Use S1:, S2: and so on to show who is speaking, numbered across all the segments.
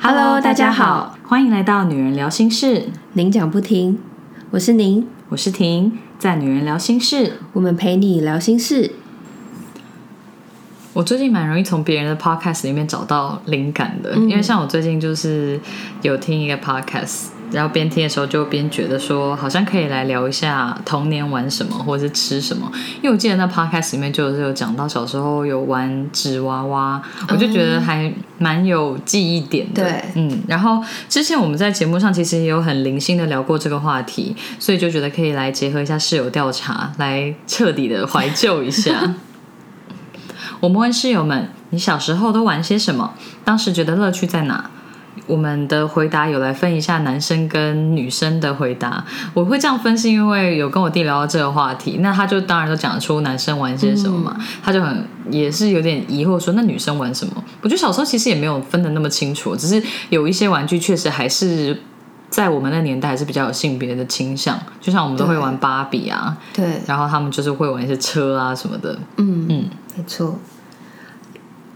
S1: Hello，大家好，欢迎来到《女人聊心事》，
S2: 您讲不停，我是您，
S1: 我是婷，在《女人聊心事》，
S2: 我们陪你聊心事。
S1: 我最近蛮容易从别人的 podcast 里面找到灵感的，因为像我最近就是有听一个 podcast，然后边听的时候就边觉得说，好像可以来聊一下童年玩什么或者是吃什么，因为我记得那 podcast 里面就是有讲到小时候有玩纸娃娃，我就觉得还蛮有记忆点的。
S2: 对
S1: 嗯，然后之前我们在节目上其实也有很零星的聊过这个话题，所以就觉得可以来结合一下室友调查，来彻底的怀旧一下。我们问室友们：“你小时候都玩些什么？当时觉得乐趣在哪？”我们的回答有来分一下男生跟女生的回答。我会这样分是因为有跟我弟聊到这个话题，那他就当然都讲出男生玩些什么嘛，他就很也是有点疑惑说那女生玩什么？我觉得小时候其实也没有分的那么清楚，只是有一些玩具确实还是。在我们那年代还是比较有性别的倾向，就像我们都会
S2: 对
S1: 玩芭比啊，
S2: 对，
S1: 然后他们就是会玩一些车啊什么的。
S2: 嗯
S1: 嗯
S2: 嗯，没错。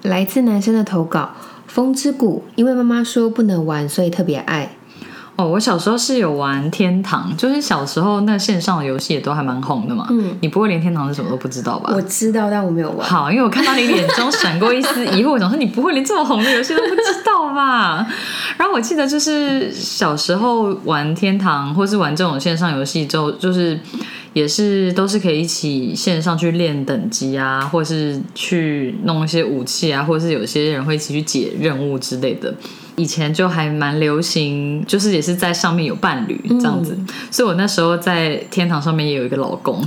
S2: 来自男生的投稿，《风之谷》，因为妈妈说不能玩，所以特别爱。
S1: 哦，我小时候是有玩天堂，就是小时候那线上的游戏也都还蛮红的嘛。嗯，你不会连天堂是什么都不知道吧？
S2: 我知道，但我没有 玩。
S1: 好，因为我看到你脸中闪过一丝疑惑，我想说你不会连这么红的游戏都不知道吧？ 然后我记得就是小时候玩天堂或是玩这种线上游戏之后，就是也是都是可以一起线上去练等级啊，或是去弄一些武器啊，或是有些人会一起去解任务之类的。以前就还蛮流行，就是也是在上面有伴侣这样子，所以我那时候在天堂上面也有一个老公，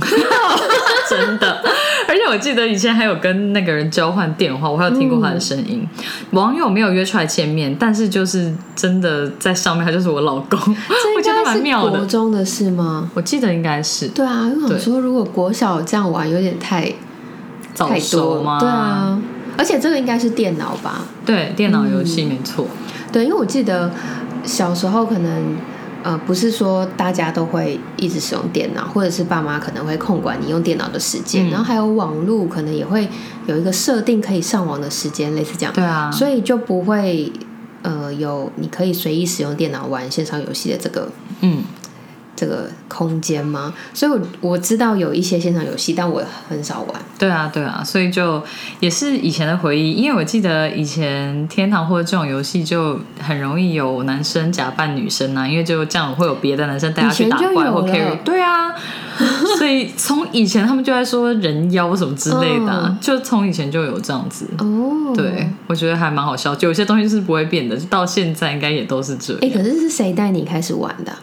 S1: 真的。而且我记得以前还有跟那个人交换电话，我还有听过他的声音。网友没有约出来见面，但是就是真的在上面，他就是我老公，
S2: 这
S1: 我
S2: 应
S1: 觉得
S2: 该
S1: 蛮
S2: 是
S1: 妙
S2: 国
S1: 的。
S2: 中的事吗？
S1: 我记得应该是
S2: 对啊，因为我
S1: 对
S2: 想说，如果国小这样玩，有点太
S1: 早
S2: 太多
S1: 熟吗？
S2: 了。对，啊，而且这个应该是电脑吧？
S1: 对，电脑游
S2: 嗯
S1: 戏没错。
S2: 对，因为我记得小时候可能呃，不是说大家都会一直使用电脑，或者是爸妈可能会控管你用电脑的时间，
S1: 嗯
S2: 然后还有网络可能也会有一个设定可以上网的时间，类似这样，
S1: 对啊，
S2: 所以就不会呃有你可以随意使用电脑玩线上游戏的这个
S1: 嗯，
S2: 这个空间吗？所以我我知道有一些线上游戏，但我很少玩。
S1: 对啊，对啊，所以就也是以前的回忆，因为我记得以前天堂或者这种游戏就很容易有男生假扮女生啊，因为就这样会有别的男生带他去打
S2: 以前就
S1: 怪
S2: 有
S1: 或
S2: 了
S1: carry，对啊，所以从以前他们就在说人妖什么之类的啊、
S2: 嗯
S1: 就从以前就有这样子。
S2: 哦，
S1: 对，我觉得还蛮好笑，就有些东西是不会变的，就到现在应该也都是这样。
S2: 哎、可是是谁带你开始玩的啊、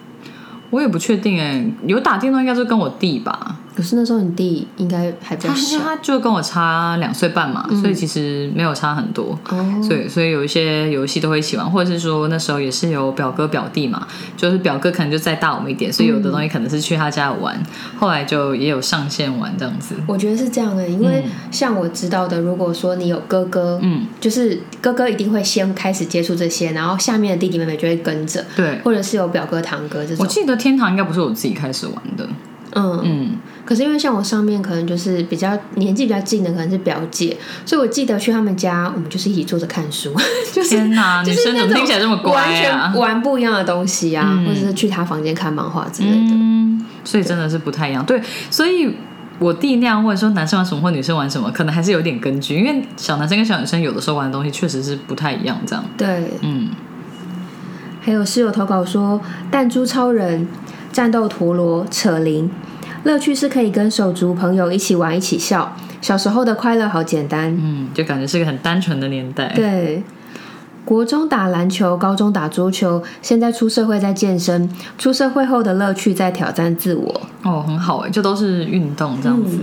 S1: 我也不确定哎、有打电动应该就跟我弟吧，
S2: 可是那时候你弟应该还比较
S1: 他因
S2: 小
S1: 为他就跟我差两岁半嘛，
S2: 嗯
S1: 所以其实没有差很多。
S2: 哦，
S1: 所以所以有一些游戏都会一起玩，或者是说那时候也是有表哥表弟嘛，就是表哥可能就再大我们一点，所以有的东西可能是去他家玩，
S2: 嗯
S1: 后来就也有上线玩这样子。
S2: 我觉得是这样的，因为像我知道的，如果说你有哥哥，
S1: 嗯，
S2: 就是哥哥一定会先开始接触这些，然后下面的弟弟妹妹就会跟着，
S1: 对，
S2: 或者是有表哥堂哥这
S1: 我
S2: 种，
S1: 记得天堂应该不是我自己开始玩的，
S2: 嗯。
S1: 嗯，
S2: 可是因为像我上面可能就是比较年纪比较近的，可能是表姐，所以我记得去他们家，我们就是一起坐着看书， 就是
S1: 天哪，女
S2: 就是
S1: 生
S2: 那
S1: 怎么
S2: 种
S1: 听起来这么乖
S2: 完
S1: 啊
S2: 全？玩不一样的东西啊，
S1: 嗯
S2: 或者是去他房间看漫画之类的。
S1: 嗯，所以真的是不太一样。对，所以我弟那样问说男生玩什么或女生玩什么，可能还是有点根据，因为小男生跟小女生有的时候玩的东西确实是不太一样，这样，
S2: 对，
S1: 嗯。
S2: 还有室友投稿说，弹珠超人、战斗陀螺、扯铃，乐趣是可以跟手足朋友一起玩、一起笑。小时候的快乐好简单。
S1: 嗯，就感觉是个很单纯的年代。
S2: 对，国中打篮球，高中打桌球，现在出社会在健身。出社会后的乐趣在挑战自我。
S1: 哦，很好哎，就都是运动这样子。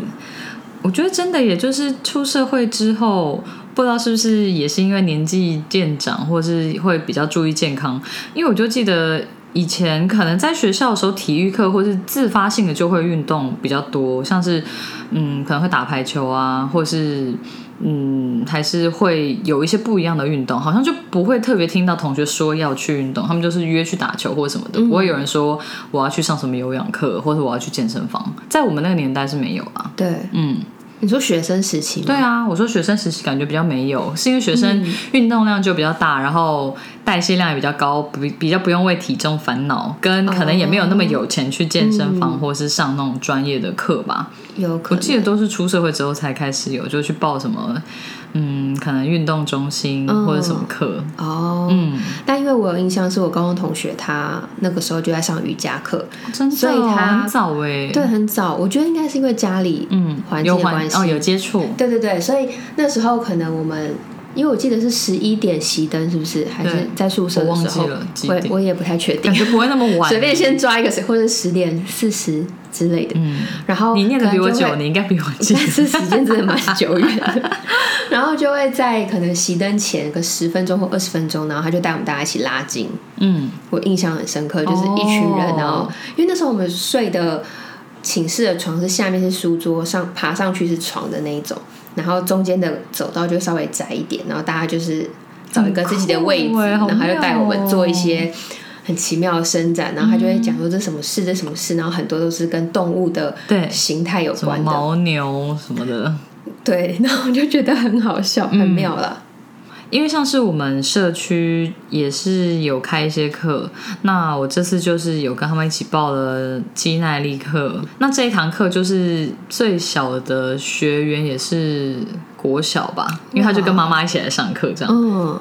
S1: 我觉得真的，也就是出社会之后，不知道是不是也是因为年纪渐长，或是会比较注意健康。因为我就记得以前可能在学校的时候，体育课或是自发性的就会运动比较多，像是嗯，可能会打排球啊，或是。嗯，还是会有一些不一样的运动，好像就不会特别听到同学说要去运动，他们就是约去打球或什么的，不会有人说我要去上什么有氧课，或者我要去健身房，在我们那个年代是没有啊。
S2: 对，
S1: 嗯，
S2: 你说学生时期吗？
S1: 对啊，我说学生时期感觉比较没有，是因为学生运动量就比较大，然后代谢量也比较高，比比较不用为体重烦恼，跟可能也没有那么有钱去健身房、或是上那种专业的课吧。
S2: 有
S1: 我
S2: 可
S1: 记
S2: 能。
S1: 得都是出社会之后才开始有，就去报什么，嗯，可能运动中心
S2: 嗯
S1: 或者什么课，
S2: 哦，
S1: 嗯，
S2: 但因为我有印象，是我高中同学，他那个时候就在上瑜伽课，
S1: 真的、哦，
S2: 所以他
S1: 很早哎、
S2: 对，，很早。我觉得应该是因为家里
S1: 嗯，
S2: 环境
S1: 有
S2: 的
S1: 环
S2: 关系
S1: 哦有接触，
S2: 对对对，所以那时候可能我们，因为我记得是十一点熄灯，是不是？还是
S1: 对
S2: 在宿舍
S1: 我
S2: 的
S1: 忘
S2: 时
S1: 记
S2: 候
S1: 了几？
S2: 我
S1: 点
S2: 我也不太确定
S1: 感，觉不会那么晚，
S2: 随便先抓一个谁，或者十点四十之类的。
S1: 嗯，
S2: 然后
S1: 你念的比我
S2: 可能就会
S1: 久，你应该比 我记
S2: 但。是时间真的蛮久远的。 然后就会在可能熄灯前个十分钟或二十分钟，然后他就带我们大家一起拉筋。
S1: 嗯，
S2: 我印象很深刻，就是一群人，
S1: 哦
S2: 然后因为那时候我们睡的寝室的床是下面是书桌，上爬上去是床的那一种，然后中间的走道就稍微窄一点，然后大家就是找一个自己的位
S1: 很
S2: 置，
S1: 酷欸
S2: 然
S1: 好
S2: 后他就带我
S1: 妙
S2: 们
S1: 哦嗯
S2: 做一些。很奇妙的伸展，然后他就会讲说这什么事，这什么事，然后很多都是跟动物的
S1: 对
S2: 形态有
S1: 什么
S2: 关的，
S1: 牦牛什么的，
S2: 对， 然后我就觉得很好笑，
S1: 嗯
S2: 很妙了。
S1: 因为像是我们社区也是有开一些课，那我这次就是有跟他们一起报了肌耐力课。那这一堂课就是最小的学员也是国小吧，因为他就跟妈妈一起来上课这样。
S2: 嗯，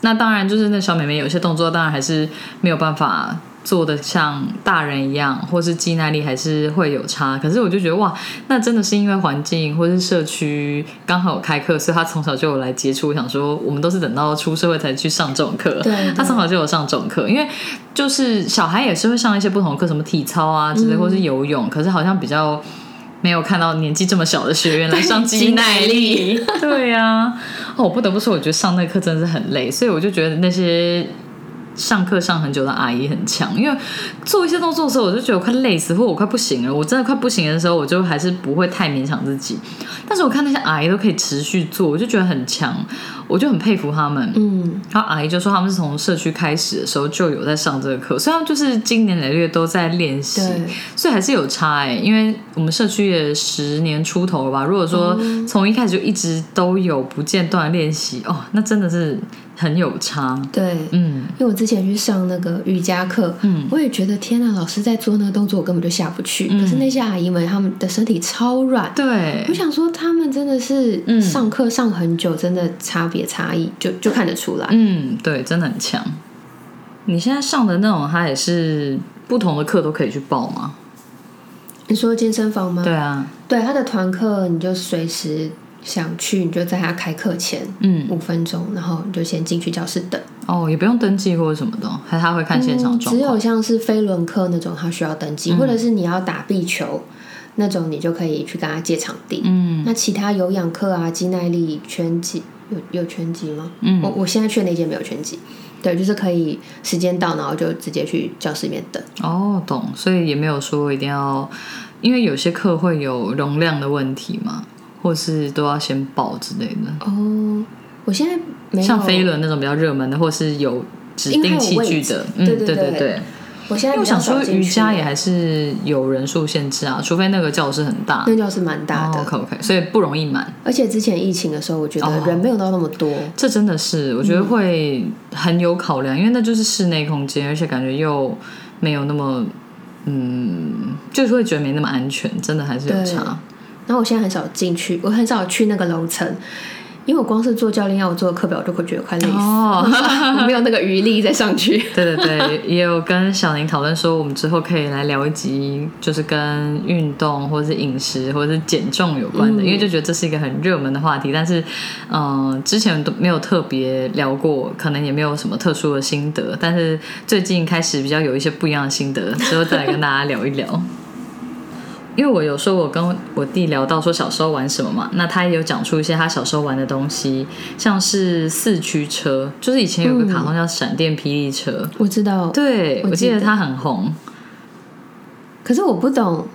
S1: 那当然就是那小妹妹有些动作当然还是没有办法做的像大人一样，或是肌耐力还是会有差。可是我就觉得哇，那真的是因为环境或是社区刚好有开课，所以她从小就有来接触。我想说，我们都是等到出社会才去上这种课，
S2: 对对
S1: 她从小就有上这种课，因为就是小孩也是会上一些不同的课，什么体操啊之
S2: 嗯
S1: 类，或是游泳，可是好像比较。没有看到年纪这么小的学员来上肌耐力， 对呀、哦，我不得不说，我觉得上那课真的是很累，所以我就觉得那些上课上很久的阿姨很强，因为做一些动作的时候，我就觉得我快累死，或我快不行了。我真的快不行的时候，我就还是不会太勉强自己。但是我看那些阿姨都可以持续做，我就觉得很强，我就很佩服他们。
S2: 嗯，
S1: 然后阿姨就说，他们是从社区开始的时候就有在上这个课，虽然就是经年累月都在练习，
S2: 对，
S1: 所以还是有差哎、因为我们社区也十年出头了吧。如果说
S2: 嗯
S1: 从一开始就一直都有不间断的练习，哦，那真的是很有差。
S2: 对。
S1: 嗯，
S2: 因为我之前去上那个瑜伽课，
S1: 嗯
S2: 我也觉得天啊，老师在做那个动作，我根本就下不去。可是那些阿姨们，她们的身体超软，
S1: 对
S2: 我，想说她们真的是嗯上课上很久，真的差别差异就就看得出来。
S1: 嗯，对，真的很强。你现在上的那种，它也是不同的课都可以去报吗？
S2: 你说健身房吗？
S1: 对啊，
S2: 对，他的团课你就随时想去，你就在他开课前
S1: 嗯，
S2: 五分钟，然后你就先进去教室等。
S1: 哦，也不用登记或者什么的哦，还是他会看现场
S2: 嗯
S1: 的状
S2: 只
S1: 况。嗯
S2: 有像是飞轮课那种，它需要登记，或者是你要打壁球那种，你就可以去跟他借场地。
S1: 嗯
S2: 那其他有氧课啊、肌耐力、拳击有有拳击吗？
S1: 嗯
S2: 我我现在去的那间没有拳击，对，就是可以时间到，然后就直接去教室里面等。
S1: 哦，懂，所以也没有说一定要，因为有些课会有容量的问题嘛，或是都要先报之类的。
S2: 哦，我现在没有
S1: 像飞，轮那种比较热门的，或是有指定器具的，
S2: 因为
S1: 嗯，对
S2: 它有位置对对对
S1: 对。
S2: 我现
S1: 因
S2: 在
S1: 为
S2: 比
S1: 我想
S2: 较
S1: 说
S2: 少进去
S1: 瑜伽也还是有人数限制啊，除非那个教室很大。
S2: 那教室蛮大的，
S1: 哦，OK 哦 OK，所以不容易满。
S2: 而且之前疫情的时候，我觉得人没有到那么多。
S1: 这真的是我觉得
S2: 嗯
S1: 会很有考量，因为那就是室内空间，而且感觉又没有那么，嗯，就是会觉得没那么安全，真的还是有
S2: 对
S1: 差。
S2: 然后我现在很少进去，我很少去那个楼层，因为我光是做教练要我做的课表，我就会觉得快累死，
S1: 哦，
S2: 我没有那个余力再 上去。
S1: 对对对，也有跟小宁讨论说，我们之后可以来聊一集，就是跟运动或是饮食或是减重有关的，因为就觉得这是一个很热门的话题，但是嗯、呃之前都没有特别聊过，可能也没有什么特殊的心得，但是最近开始比较有一些不一样的心得，之后再来跟大家聊一聊。 因为我有说，我跟我弟聊到说小时候玩什么嘛，那他也有讲出一些他小时候玩的东西，像是四驱车，就是以前有个卡通叫《闪电霹雳车》
S2: 我知道，
S1: 对，
S2: 我
S1: 我记
S2: 记
S1: 得
S2: 得
S1: 它很红。
S2: 可是我不懂，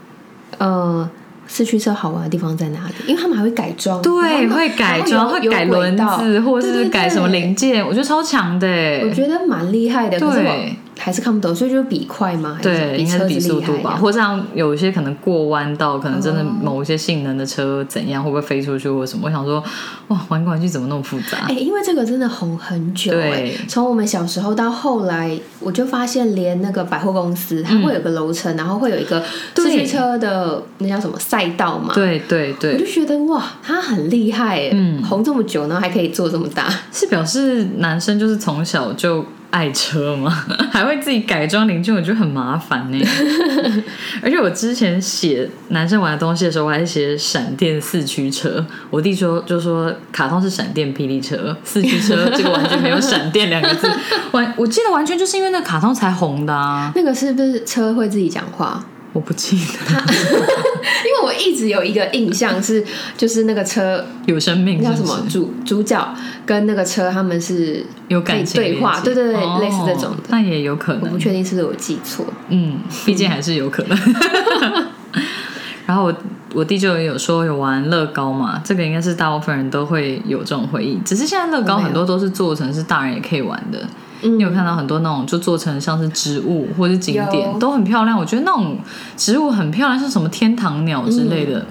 S2: 呃，四驱车好玩的地方在哪里？因为他们还会改装，
S1: 对，
S2: 哦然后
S1: 会改装，会改轮子，或者是改什么。
S2: 然后有有轨道对对对
S1: 零件，我觉得超强的欸。
S2: 我觉得蛮厉害的，可是
S1: 对
S2: 我还还是看不懂，所以就是比快吗？还
S1: 对，
S2: 比
S1: 应该
S2: 车
S1: 是
S2: 子
S1: 比速
S2: 厉害啊
S1: 度
S2: 这
S1: 吧，
S2: 样。
S1: 或这样有一些可能过弯道，可能真的
S2: 哦
S1: 某一些性能的车怎样，会不会飞出去或什么？我想说，哇，玩过玩具怎么那么复杂？
S2: 哎、因为这个真的红很久、哎
S1: 对，
S2: 从我们小时候到后来，我就发现连那个百货公司，它会有个楼层，然后会有一个
S1: 对
S2: 四驱车的那叫什么赛道嘛，
S1: 对对
S2: 我就
S1: 对，
S2: 觉得哇，它很厉害、哎，
S1: 嗯
S2: 红这么久，然后还可以做这么大，
S1: 是表示男生就是从小就爱车吗？ 还会自己改装零件，我觉得很麻 烦呢。而且我之前写男生玩的东西的时候，我还写闪电四驱车。我弟说就说卡通是闪电霹雳车，四驱车这个完全没有闪电两个 字。完，我记得完全就是因为那卡通才红的啊，
S2: 那个是不是车会自己讲话？
S1: 我不记得
S2: 因为我一直有一个印象是，就是那个车
S1: 有生命
S2: 那
S1: 是
S2: 叫什
S1: 不是
S2: 么主主角跟那个车他们是
S1: 有感情
S2: 可以对话
S1: 连接
S2: 对对对
S1: 哦
S2: 类似这种的
S1: 那也有可
S2: 我不
S1: 能。
S2: 确定是不是我记错，
S1: 嗯，毕竟还是有可能。然后我我弟就有说有玩乐高嘛，这个应该是大部分人都会有这种回忆。只是现在乐高
S2: 我没有
S1: 很多都是做成是大人也可以玩的，
S2: 嗯
S1: 你有看到很多那种就做成像是植物或是景点
S2: 有
S1: 都很漂亮。我觉得那种植物很漂亮，像什么天堂鸟之类的。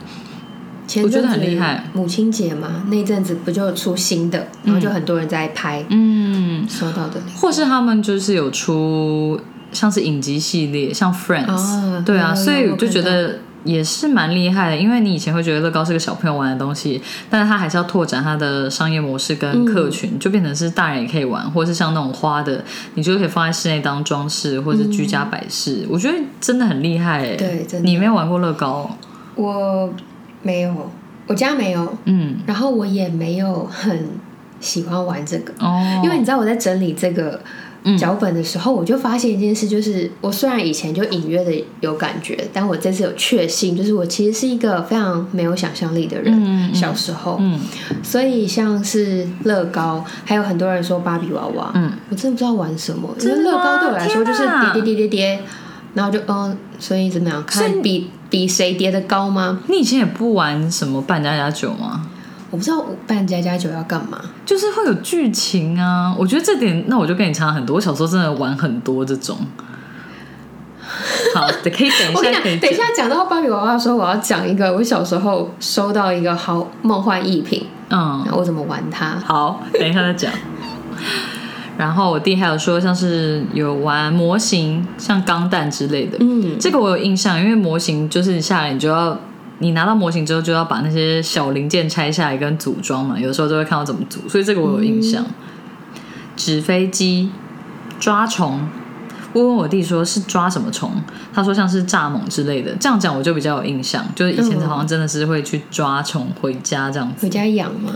S2: 前
S1: 我觉
S2: 阵
S1: 得
S2: 子
S1: 很厉害
S2: 母亲节嘛，那一阵子不就有出新的，然后就很多人在拍
S1: 嗯，
S2: 收到的礼物
S1: 或是他们就是有出像是影集系列，像 Friends，、
S2: 啊
S1: 对
S2: 有
S1: 啊，
S2: 有
S1: 所以
S2: 有
S1: 我就觉
S2: 看
S1: 得也是蛮厉害的，因为你以前会觉得乐高是个小朋友玩的东西，但是它还是要拓展它的商业模式
S2: 嗯
S1: 跟客群，就变成是大人也可以玩，或是像那种花的，你就可以放在室内当装饰或者居家摆饰，我觉得真的很厉害哎、
S2: 嗯对真的
S1: 你没有玩过乐高哦、
S2: 我没有，我家没有，
S1: 嗯，
S2: 然后我也没有很喜欢玩这个，
S1: 哦，
S2: 因为你知道我在整理这个
S1: 嗯
S2: 脚本的时候，我就发现一件事，就是我虽然以前就隐约的有感觉，但我这次有确信，就是我其实是一个非常没有想象力的人。
S1: 嗯嗯嗯
S2: 小时候，
S1: 嗯
S2: 所以像是乐高，还有很多人说芭比娃娃，
S1: 嗯，
S2: 我真的不知道玩什么，因为
S1: 真的
S2: 乐
S1: 吗
S2: 高对我来说就是
S1: 天哪
S2: 叠叠叠叠叠，然后就嗯，所以怎么样？
S1: 所以
S2: 看比比谁叠的高吗？
S1: 你以前也不玩什么扮家家酒吗？
S2: 我不知道我办家家酒要干嘛，
S1: 就是会有剧情啊。我觉得这点，那我就跟你差很多。我小时候真的玩很多这种。好，可以等一
S2: 我跟你
S1: 下，可以
S2: 讲，等一下讲到芭比娃娃的时候，我要讲一个我小时候收到一个好梦幻艺品，
S1: 嗯，
S2: 然后我怎么玩它。
S1: 好，等一下再讲。然后我弟还有说，像是有玩模型，像钢弹之类的。
S2: 嗯，
S1: 这个我有印象，因为模型就是下来你就要，你拿到模型之后就要把那些小零件拆下来跟组装嘛，有时候就会看到怎么组，所以这个我有印象。
S2: 嗯
S1: 纸飞机、抓虫，我问我弟说是抓什么虫，他说像是蚱蜢之类的，这样讲我就比较有印象，就是以前
S2: 嗯
S1: 好像真的是会去抓虫回家这样子。
S2: 回家养嘛，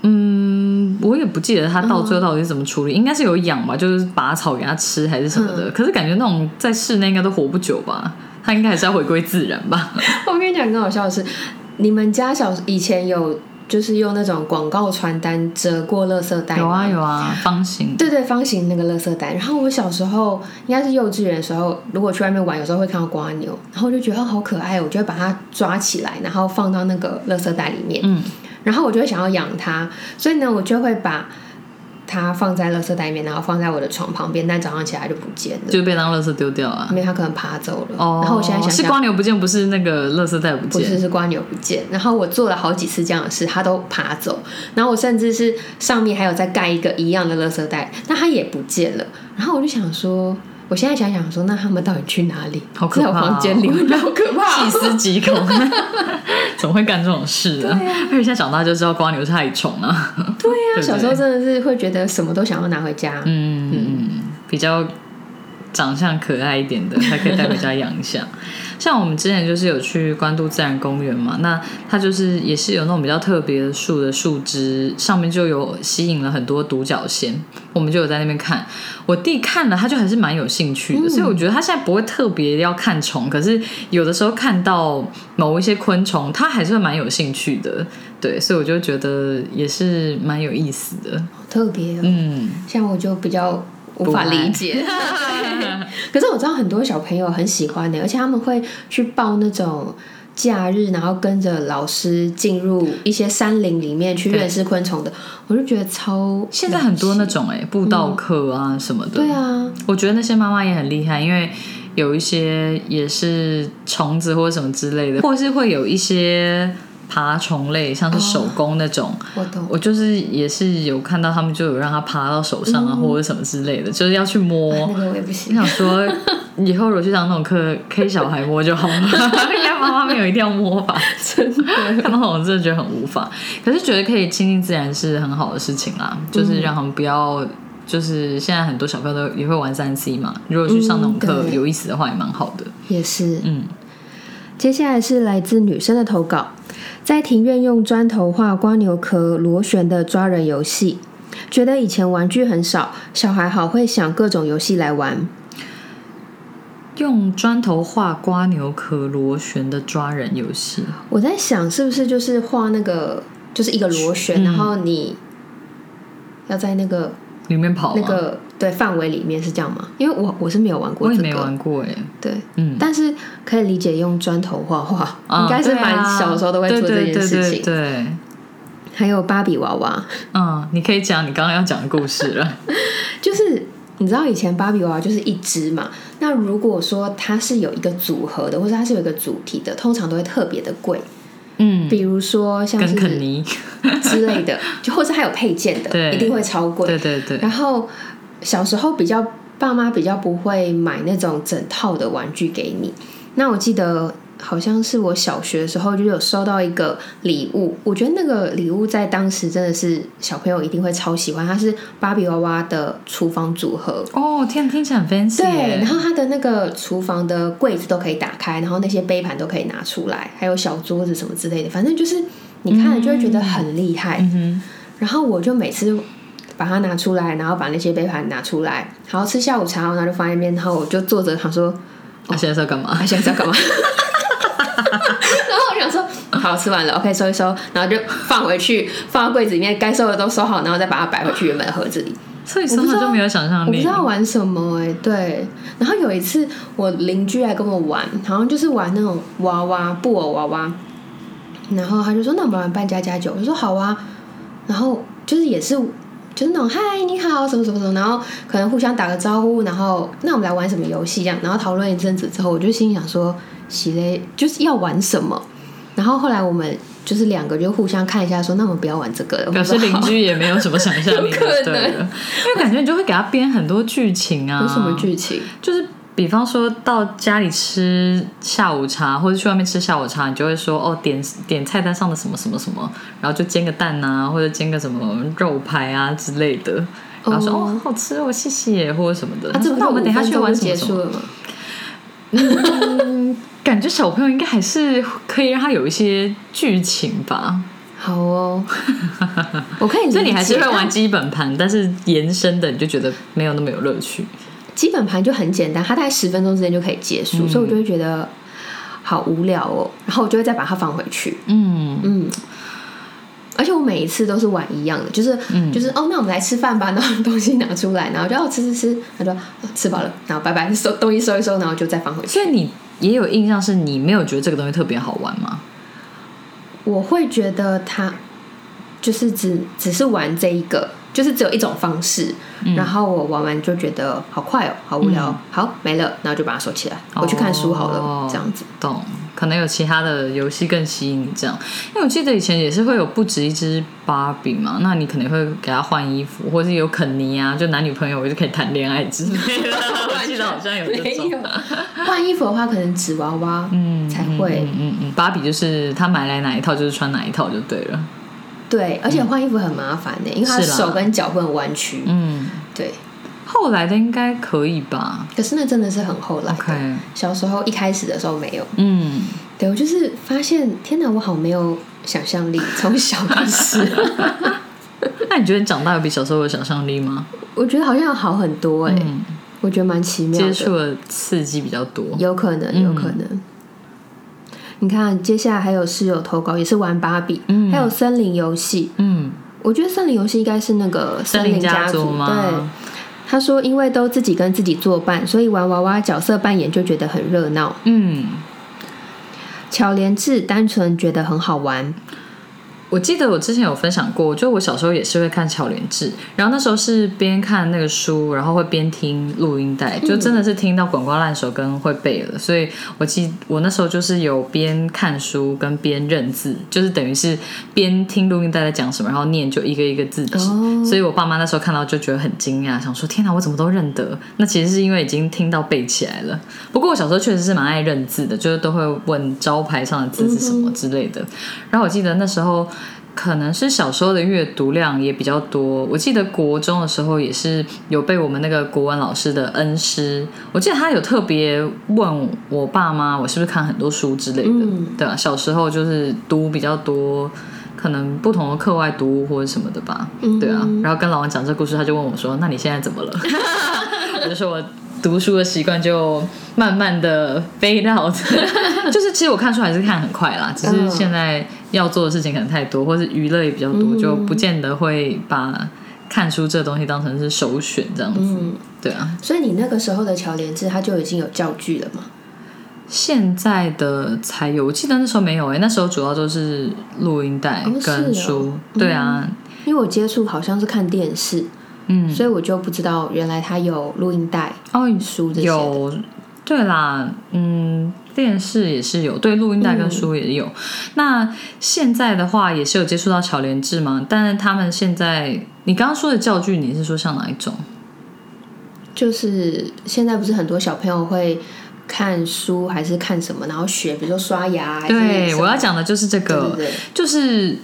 S1: 嗯，我也不记得他到最后
S2: 嗯
S1: 到底是怎么处理，应该是有养吧，就是拔草给他吃还是什么
S2: 嗯
S1: 的。可是感觉那种在室内应该都活不久吧，他应该还是要回归自然 吧。
S2: 我跟你讲，更好笑的是，你们家小以前有就是用那种广告传单折过垃圾袋吗
S1: 有啊有啊，方形。
S2: 对对，方形那个垃圾袋。然后我小时候应该是幼稚园的时候，如果去外面玩，有时候会看到瓜牛，然后我就觉得哦它好可爱，我就会把它抓起来，然后放到那个垃圾袋里面。
S1: 嗯，
S2: 然后我就会想要养它，所以呢，我就会把它放在垃圾袋里面，然后放在我的床旁边。但早上起来它就不见了，
S1: 就被当垃圾丢掉啊。
S2: 因为它可能爬走了。
S1: 哦，
S2: 嗯然后我现在想
S1: 是
S2: 想，
S1: 光牛不见，不是那个垃圾袋不
S2: 不
S1: 见。
S2: 是是瓜牛不见。然后我做了好几次这样的事，它都爬走。然后我甚至是上面还有再盖一个一样的垃圾袋，但它也不见了。然后我就想说。我现在想想说，那他们到底去哪里？
S1: 好可怕哦
S2: 在我房间里，我觉得好可怕
S1: 细
S2: 哦。
S1: 思极 恐，怎么会干这种事呢、
S2: 啊
S1: 而且现在长大就知道瓜牛是害虫啊。
S2: 对呀、
S1: 对不对
S2: 小时候真的是会觉得什么都想要拿回家。
S1: 嗯，嗯，比较长相可爱一点的，还可以带回家养一下。像我们之前就是有去关渡自然公园嘛，那它就是也是有那种比较特别的树的树枝，上面就有吸引了很多独角仙，我们就有在那边看。我弟看了，他就还是蛮有兴趣的，所以我觉得他现在不会特别要看虫，可是有的时候看到某一些昆虫，他还是会蛮有兴趣的。对，所以我就觉得也是蛮有意思的。
S2: 好特别哦。
S1: 嗯。
S2: 像我就比较无法理解。 欸可是我知道很多小朋友很喜欢的、而且他们会去报那种假日，然后跟着老师进入一些山林里面去
S1: 对
S2: 认识昆虫的，我就觉得超
S1: 现在很多那种哎、步道课啊什么的，
S2: 对啊，
S1: 我觉得那些妈妈也很厉害，因为有一些也是虫子或者什么之类的，或是会有一些爬虫类，像是手工那种。
S2: 我懂。
S1: 我就是也是有看到他们就有让它爬到手上啊，
S2: 嗯
S1: 或者什么之类的，就是要去摸。啊
S2: 那个我也不
S1: 你
S2: 行，
S1: 想 说，以后如果去上那种课，给小孩摸就好了， 应该妈妈没有一定要摸吧？
S2: 真的。
S1: 看到我真的觉得很无法，可是觉得可以亲近自然是很好的事情啦，就是让他们不要。就是现在很多小朋友都也会玩三 C 嘛，如果去上那种课、
S2: 嗯对
S1: 有意思的话，也蛮好的。
S2: 也是。
S1: 嗯，
S2: 接下来是来自女生的投稿，在庭院用砖头画瓜牛壳螺旋的抓人游戏，觉得以前玩具很少，小孩好会想各种游戏来玩。
S1: 用砖头画瓜牛壳螺旋的抓人游戏，
S2: 我在想，是不是就是画那个，就是一个螺旋，
S1: 嗯
S2: 然后你要在那个
S1: 里面跑吗？啊
S2: 那个对范围里面是这样吗？因为我我是没有玩过
S1: 我
S2: 这
S1: 也
S2: 个，
S1: 没玩过哎、
S2: 对，
S1: 嗯，
S2: 但是可以理解用砖头画画，
S1: 啊
S2: 应该是
S1: 对啊
S2: 蛮小的时候都会做这件事
S1: 对对对
S2: 情。
S1: 对对，
S2: 还有芭比娃娃，
S1: 嗯，你可以讲你刚刚要讲的故事了。
S2: 就是你知道以前芭比娃娃就是一只嘛，那如果说它是有一个组合的，或者它是有一个主题的，通常都会特别的贵，
S1: 嗯，
S2: 比如说像
S1: 跟肯
S2: 是
S1: 尼，
S2: 之类的，就或者还有配件的，
S1: 对
S2: 一定会超贵。
S1: 对对对，
S2: 然后小时候比较爸妈比较不会买那种整套的玩具给你，那我记得。好像是我小学的时候就有收到一个礼物，我觉得那个礼物在当时真的是小朋友一定会超喜欢，它是芭比娃娃的厨房组合。
S1: 哦天，听起来很 fancy
S2: 对，然
S1: 耶。
S2: 后它的那个厨房的柜子都可以打开，然后那些杯盘都可以拿出来，还有小桌子什么之类的，反正就是你看了就会觉得很厉害。
S1: 嗯哼。
S2: 然后我就每次把它拿出来，然后把那些杯盘拿出来，然后吃下午茶，然后就放在那边，然后我就坐着想说，
S1: 他现在是要干嘛？
S2: 啊，现在是要干嘛？然后我想说，好，吃完了，OK，收一收，然后就放回去，放到柜子里面，该收的都收好，然后再把它摆回去原本的盒子里。
S1: 所以身上就没有想象
S2: 我不
S1: 力
S2: 知。道玩什么哎、对。然后有一次，我邻居来跟我玩，好像就是玩那种娃娃布偶娃娃，然后他就说：“那我们玩扮家家酒。”我就说：“好啊。”然后就是也是就是那种嗨你好什么什么什么，然后可能互相打个招呼，然后那我们来玩什么游戏这样，然后讨论一阵子之后，我就心想说：“喜嘞，就是要玩什么？”然后后来我们就是两个就互相看一下说：“那我们不要玩这个了。”我
S1: 表
S2: 们
S1: 示
S2: 说
S1: 邻
S2: 好
S1: 居也没有什么想象力，
S2: 有可能
S1: 对了，因为感觉你就会给他编很多剧情啊，
S2: 有什么？剧情？
S1: 就是比方说到家里吃下午茶，或者去外面吃下午茶，你就会说哦，点点菜单上的什么什么什么，然后就煎个蛋啊，或者煎个什么肉排啊之类的，然后说
S2: 哦
S1: 哦好吃哦，谢谢或者什么的。
S2: 啊，
S1: 他
S2: 这
S1: 说
S2: 不
S1: 那我们等一下去玩什么
S2: 结
S1: 什
S2: 束
S1: 么。
S2: 了吗？
S1: 感觉小朋友应该还是可以让他有一些剧情吧。
S2: 好哦，我可以理解。
S1: 所以你还是会玩基本盘，但是延伸的你就觉得没有那么有乐趣。
S2: 基本盘就很简单，它大概十分钟之间就可以结
S1: 嗯
S2: 束，所以我就会觉得好无聊哦，然后我就会再把它放回去。
S1: 嗯，
S2: 嗯，而且我每一次都是玩一样的，就是、
S1: 嗯
S2: 就是哦，那我们来吃饭吧，然后东西拿出来，然后就哦吃吃吃，他说、哦吃饱了，然后拜拜，收东西收一收，然后就再放回去。
S1: 所以你也有印象是你没有觉得这个东西特别好玩吗？
S2: 我会觉得它就是只只是玩这一个，就是只有一种方式。
S1: 嗯
S2: 然后我玩完就觉得好快哦，好无聊，好没了，然后就把它收起来，我去看书好了，
S1: 哦
S2: 这样子。
S1: 懂，可能有其他的游戏更吸引你这样。因为我记得以前也是会有不止一只芭比嘛，那你可能会给他换衣服，或是有肯尼啊，就男女朋友我就可以谈恋爱之类的。我记得好像有这
S2: 没
S1: 种。
S2: 有 换衣服的话，可能纸娃娃
S1: 嗯，
S2: 才会、
S1: 嗯嗯嗯，芭比就是他买来哪一套就是穿哪一套就对了。
S2: 对，而且换衣服很麻烦的、因为它
S1: 嗯是啦
S2: 手跟脚不能弯曲。
S1: 嗯，
S2: 对，
S1: 后来的应该可以吧
S2: 可是那真的是很后来的。
S1: ？OK，
S2: 小时候一开始的时候没有，
S1: 嗯，
S2: 对我就是发现，天哪，我好没有想象力，从小开始。
S1: 那你觉得你长大有比小时候有想象力吗？
S2: 我觉得好像好很多哎、
S1: 嗯，
S2: 我觉得蛮奇妙
S1: 接
S2: 的，
S1: 触的刺激比较多。
S2: 有可能，
S1: 嗯
S2: 有可能。你看，接下来还有室友投稿，也是玩芭比，
S1: 嗯
S2: 还有森林游戏。
S1: 嗯，
S2: 我觉得森林游戏应该是那个
S1: 森
S2: 林
S1: 林家
S2: 家
S1: 族
S2: 对
S1: 吗，？
S2: 他说，因为都自己跟自己作伴，所以玩娃娃角色扮演就觉得很热闹。
S1: 嗯，
S2: 巧莲智单纯觉得很好玩，
S1: 我记得我之前有分享过，就我小时候也是会看《巧莲志》，然后那时候是边看那个书，然后会边听录音带，就真的是听到滚瓜烂熟跟会背了。所以我记我那时候就是有边看书跟边认字，就是等于是边听录音带在讲什么，然后念就一个一个字词。
S2: 哦
S1: 所以我爸妈那时候看到就觉得很惊讶，想说天哪，我怎么都认得？那其实是因为已经听到背起来了。不过我小时候确实是蛮爱认字的，就是都会问招牌上的字是什么之类的。然后我记得那时候可能是小时候的阅读量也比较多，我记得国中的时候也是有被我们那个国文老师的恩师，我记得他有特别问我爸妈我是不是看很多书之类的，
S2: 嗯
S1: 对啊，小时候就是读比较多。可能不同的课外读物或者什么的吧，对啊。然后跟老王讲这故事，他就问我说：“那你现在怎么了？”我就说我读书的习惯就慢慢的 fade out，就是 其实我看书还是看很快啦，只
S2: 嗯
S1: 是现在要做的事情可能太多，或是娱乐也比较多，就
S2: 嗯
S1: 不见得会把看书这东西当成是首选这样子。
S2: 嗯
S1: 对啊，
S2: 所以你那个时候的巧莲智，他就已经有教具了嘛？
S1: 现在的才有，我记得那时候没有欸诶、那时候主要都是录音带
S2: 哦是哦嗯
S1: 跟书。对啊，
S2: 因为我接触好像是看电视，嗯，所以我就不知道原来他有录音带、
S1: 哦，
S2: 书这些的。
S1: 有，对啦，嗯，电视也是有，对，录音带跟书也有。那现在的话，也是有接触到巧莲智嘛，但是他们现在，你刚刚说的教具，你是说像哪一种？
S2: 就是现在不是很多小朋友会看书还是看什么，然后学，比如说刷牙还是
S1: 对，
S2: 什么
S1: 我要讲的就是这个，
S2: 对对对
S1: 就是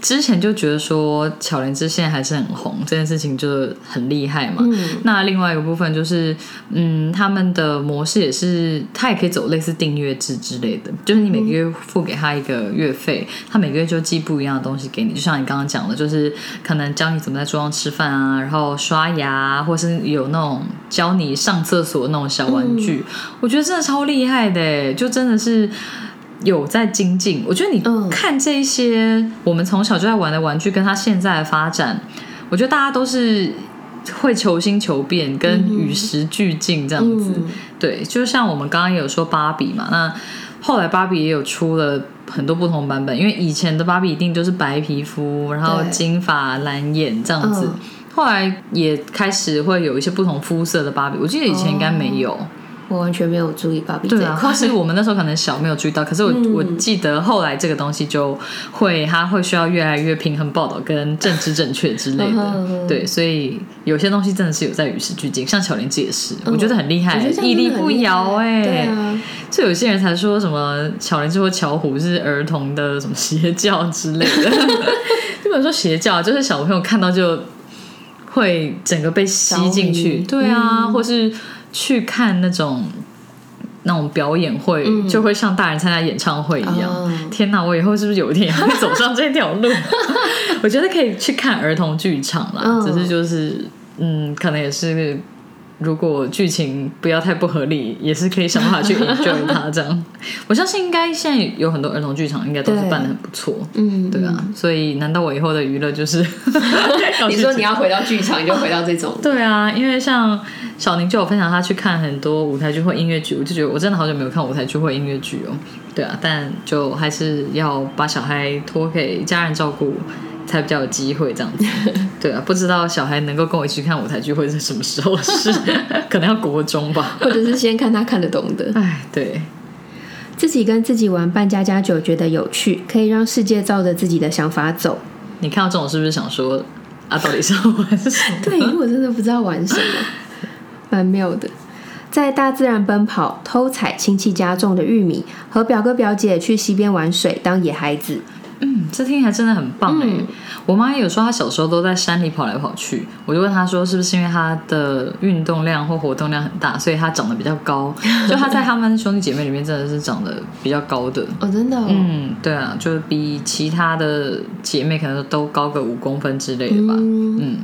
S1: 之前就觉得说巧莲智现在还是很红，这件事情就是很厉害嘛。那另外一个部分就是，嗯，他们的模式也是，他也可以走类似订阅制之类的，就是你每个月付给他一个月费，他每个月就寄不一样的东西给你。就像你刚刚讲的，就是可能教你怎么在桌上吃饭啊，然后刷牙啊，或是有那种教你上厕所的那种小玩具，我觉得真的超厉害的耶，就真的是。有在精进。我觉得
S2: 嗯
S1: 你看这些我们从小就在玩的玩具，跟它现在的发展，我觉得大家都是会求新求变，跟与时俱进这样子。
S2: 嗯
S1: 对，就像我们刚刚有说芭比嘛，那后来芭比也有出了。很多不同版本，因为以前的芭比一定就是白皮肤，然后
S2: 对
S1: 金发蓝眼这样子。
S2: 嗯
S1: 后来也开始会有一些不同肤色的芭比，我记得以前应该没有。
S2: 我完全没有注意芭比这一
S1: 对啊，
S2: 块
S1: 或。是我们那时候可能小没有注意到，可是我、
S2: 嗯
S1: 我记得后来这个东西就会，它会需要越来越平衡报道跟政治正确之类
S2: 嗯
S1: 的
S2: 哼，
S1: 对，所以有些东西真的是有在与时俱进，像巧莲姐也是，我觉得很厉害，
S2: 嗯我觉得这样
S1: 屹立
S2: 真的很
S1: 不
S2: 厉害
S1: 摇哎、
S2: 对啊，
S1: 所以有些人才说什么巧莲智或巧虎是儿童的什么邪教之类 的，根本说邪教就是小朋友看到就会整个被吸进
S2: 着
S1: 去，
S2: 迷嗯
S1: 对啊，或是去看那种。那种表演会、就会像大人参加演唱会一样。
S2: 嗯哦
S1: 天哪，我以后是不是有一天也会走上这条路？ 我觉得可以去看儿童剧场啦，
S2: 嗯
S1: 只是就是嗯，可能也是如果剧情不要太不合理，也是可以想办法去 enjoy 它这样。 我相信应该现在有很多儿童剧场应该都是
S2: 对
S1: 办的很不错，
S2: 嗯，
S1: 对啊。所以难道我以后的娱乐就是。
S2: 你说你要回到剧场，你就回到这种
S1: 对啊，因为像小宁就有分享他去看很多舞台剧或音乐剧，我就觉得我真的好久没有看舞台剧或音乐剧哦。对啊，但就还是要把小孩托给家人照顾，才比较有机会这样 子。对啊，不知道小孩能够跟我一起去看舞台剧会是什么时候的事， 可能要国中吧。
S2: 或者是先看他看得懂的，
S1: 哎，对，
S2: 自己跟自己玩扮家家酒，觉得有趣，可以让世界照着自己的想法走。
S1: 你看到这种是不是想说啊，到底是要玩什么？
S2: 对，因为我真的不知道玩什 么，蛮妙的。在大自然奔跑，偷采亲戚家种的玉米，和表哥表姐去溪边玩水，当野孩子。
S1: 嗯这听起来真的很棒哎、
S2: 嗯
S1: 我妈也有说，她小时候都在山里跑来跑去。我就问她说，是不是因为她的运动量或活动量很大，所以她长得比较 高？就她在她们兄弟姐妹里面真的是长得比较高的。
S2: 哦，真的、哦，
S1: 嗯，对啊，就是比其他的姐妹可能都高个五公分之类的吧。嗯，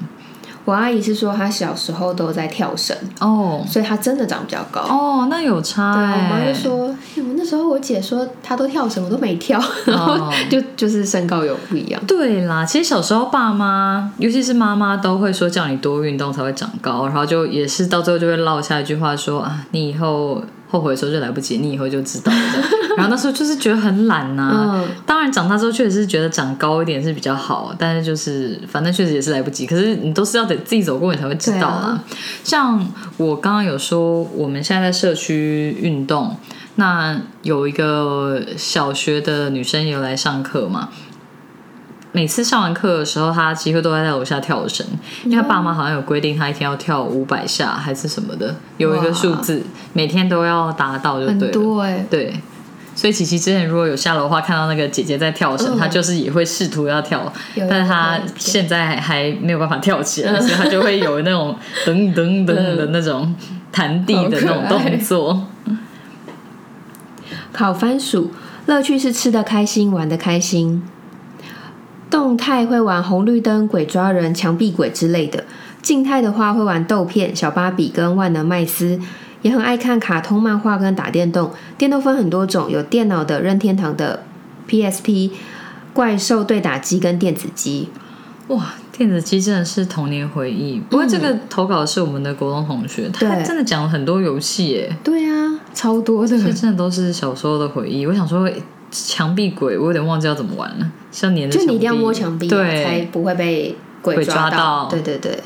S2: 我阿姨是说她小时候都在跳绳，
S1: 哦
S2: 所以她真的长比较高。
S1: 哦，那有差
S2: 对，我妈
S1: 哎、
S2: 就说，哎我那时候我姐说她都跳绳，我都没跳，然
S1: 哦
S2: 后 就就是身高有不一样。
S1: 对啦，其实小时候爸妈，尤其是妈妈，都会说叫你多运动才会长高，然后就也是到最后就会落下一句话说啊，你以后。后悔的时候就来不及，你以后就知道了。这样然后那时候就是觉得很懒啊呐、
S2: 嗯
S1: 当然长大之后确实是觉得长高一点是比较好，但是就是反正确实也是来不及。可是你都是要得自己走过，你才会知道啊。像我刚刚有说，我们现在在社区运动，那有一个小学的女生也有来上课嘛。每次上完课的时候，她几乎都会在楼下跳绳，因为她爸妈好像有规定，她一天要跳五百下还是什么的，有一个数字，每天都要达到就对
S2: 很
S1: 了。
S2: 多哎、
S1: 对，所以琪琪之前如果有下楼的话，看到那个姐姐在跳绳，
S2: 嗯
S1: 她就是也会试图要跳，
S2: 有
S1: 但是她
S2: 有有有
S1: 现在还还没有办法跳起
S2: 嗯
S1: 来，所以她就会有那种噔噔噔的那种弹地的那种
S2: 好可爱
S1: 动作。
S2: 烤番薯，乐趣是吃的开心，玩的开心。动态会玩红绿灯、鬼抓人、墙壁鬼之类的。静态的话会玩豆片、小芭比跟万能麦斯，也很爱看卡通漫画跟打电动。电动分很多种，有电脑的、任天堂的、PSP、怪兽对打机跟电子机。
S1: 哇，电子鸡真的是童年回忆。不过这个投稿是我们的国中同学，他
S2: 对
S1: 真的讲了很多游戏耶，
S2: 对啊，超多的。
S1: 这真的都是小时候的回忆。我想说，墙壁鬼我有点忘记要怎么玩了，像粘着
S2: 就你一定要
S1: 墙壁
S2: 摸墙壁，啊
S1: 对，
S2: 才不会被
S1: 鬼
S2: 鬼
S1: 抓
S2: 抓
S1: 到
S2: 对对对。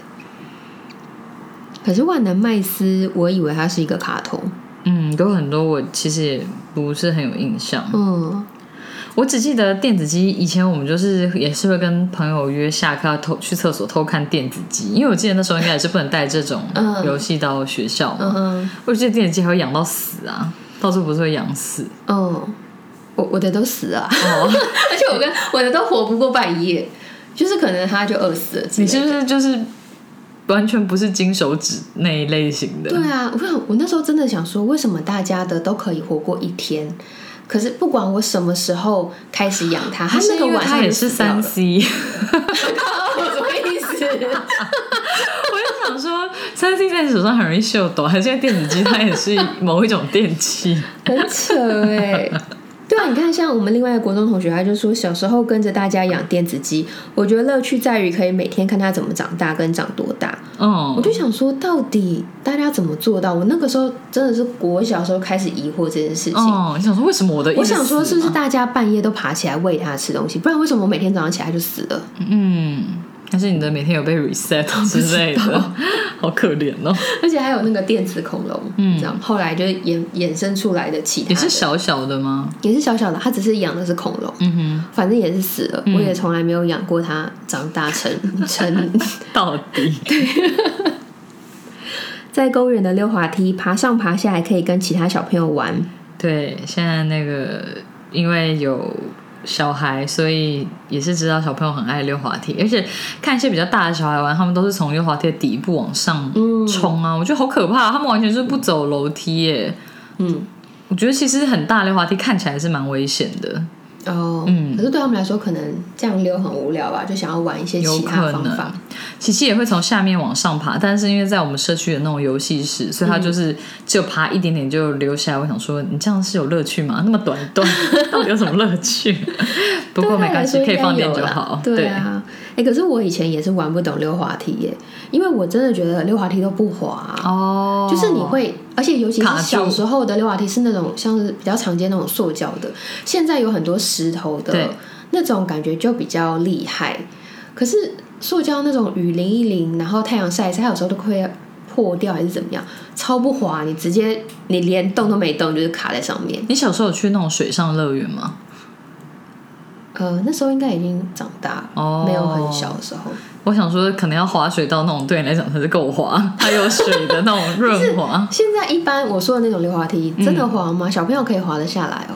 S2: 可是万能麦斯，我以为它是一个卡通，
S1: 嗯，有很多我其实也不是很有印象，
S2: 嗯，
S1: 我只记得电子机。以前我们就是也是会跟朋友约下课要偷去厕所偷看电子机，因为我记得那时候应该也是不能带这种
S2: 嗯
S1: 游戏到学校嘛。
S2: 嗯
S1: 我记得电子机还会养到死啊，到处不是会养死。
S2: 嗯，我我的都死了，
S1: 哦，
S2: 而且我跟我的都活不过半夜，就是可能他就饿死了之
S1: 你
S2: 类的。
S1: 是不是就是完全不是金手指那一类型的？
S2: 对啊，我想我那时候真的想说，为什么大家的都可以活过一天？可是不管我什么时候开始养它，它
S1: 还是
S2: 那个
S1: 因为
S2: 晚
S1: 它
S2: 上
S1: 也
S2: 就是死掉
S1: 三
S2: 了
S1: C。
S2: 什么意 思？
S1: 我就想说，三 C 在手上很容易锈短，还是因为电子机它也是某一种电 器？
S2: 很扯哎、 对啊，你看，像我们另外一个国中同学，他就说小时候跟着大家养电子鸡，我觉得乐趣在于可以每天看它怎么长大跟长多大。
S1: 嗯，
S2: 我就想说，到底大家怎么做到？我那个时候真的是国小时候开始疑惑这件事情。
S1: 哦，你想说为什么我的？
S2: 我想说，是不是？大家半夜都爬起来喂它吃东西？不然为什么我每天早上起来就死了？
S1: 嗯，还是你的每天有被 reset 之类的， 好可怜哦。
S2: 而且还有那个电子恐龙，嗯，这样后来就衍衍生出来的其他的
S1: 也是小小的吗？
S2: 也是小小的，它只是养的是恐龙，
S1: 嗯
S2: 反正也是死了，我也从来没有养过它长大成 成。
S1: 哼，到底
S2: 在公园的溜滑梯，爬上爬下，还可以跟其他小朋友玩。
S1: 对现在那个，因为有小孩，所以也是知道小朋友很爱溜滑梯，而且看一些比较大的小孩玩，他们都是从溜滑梯的底部往上
S2: 嗯
S1: 冲啊，我觉得好可怕，他们完全就是不走楼梯耶。
S2: 嗯，
S1: 我觉得其实很大的溜滑梯看起来是蛮危险的，
S2: 哦，
S1: 嗯
S2: 可是对他们来说，可能这样溜很无聊吧，就想要玩一些
S1: 有
S2: 其他
S1: 可
S2: 方
S1: 能
S2: 法。。
S1: 琪琪也会从下面往上爬，但是因为在我们社区的那种游戏室，所以他
S2: 嗯
S1: 就是只有爬一点点就溜下来。我想说，你这样是有乐趣吗？那么短 段，到底有什么乐 趣？不过没
S2: 对他们来
S1: 关
S2: 说
S1: 系，可以放电
S2: 应该
S1: 就
S2: 有啦
S1: 好。
S2: 对啊，哎、可是我以前也是玩不懂溜滑梯耶，因为我真的觉得溜滑梯都不滑。啊
S1: 对哦，
S2: 就是你会，而且尤其是
S1: 卡住
S2: 小时候的溜滑梯是那种像是比较常见那种塑胶的，现在有很多石头
S1: 对
S2: 的，那种感觉就比较厉害。可是塑胶那种雨淋一淋，然后太阳晒一晒，它有时候都会破掉还是怎么样，超不滑，你直接你连动都没动，就是卡在上面。
S1: 你小时候有去那种水上乐园吗？
S2: 呃，那时候应该已经长大，
S1: 哦
S2: 没有很小的时候。
S1: 我想说，可能要滑水道那种对你来讲才是够 滑，它有水的那种润滑。
S2: 现在一般我说的那种溜滑梯，真的滑吗？小朋友可以滑得下来哦。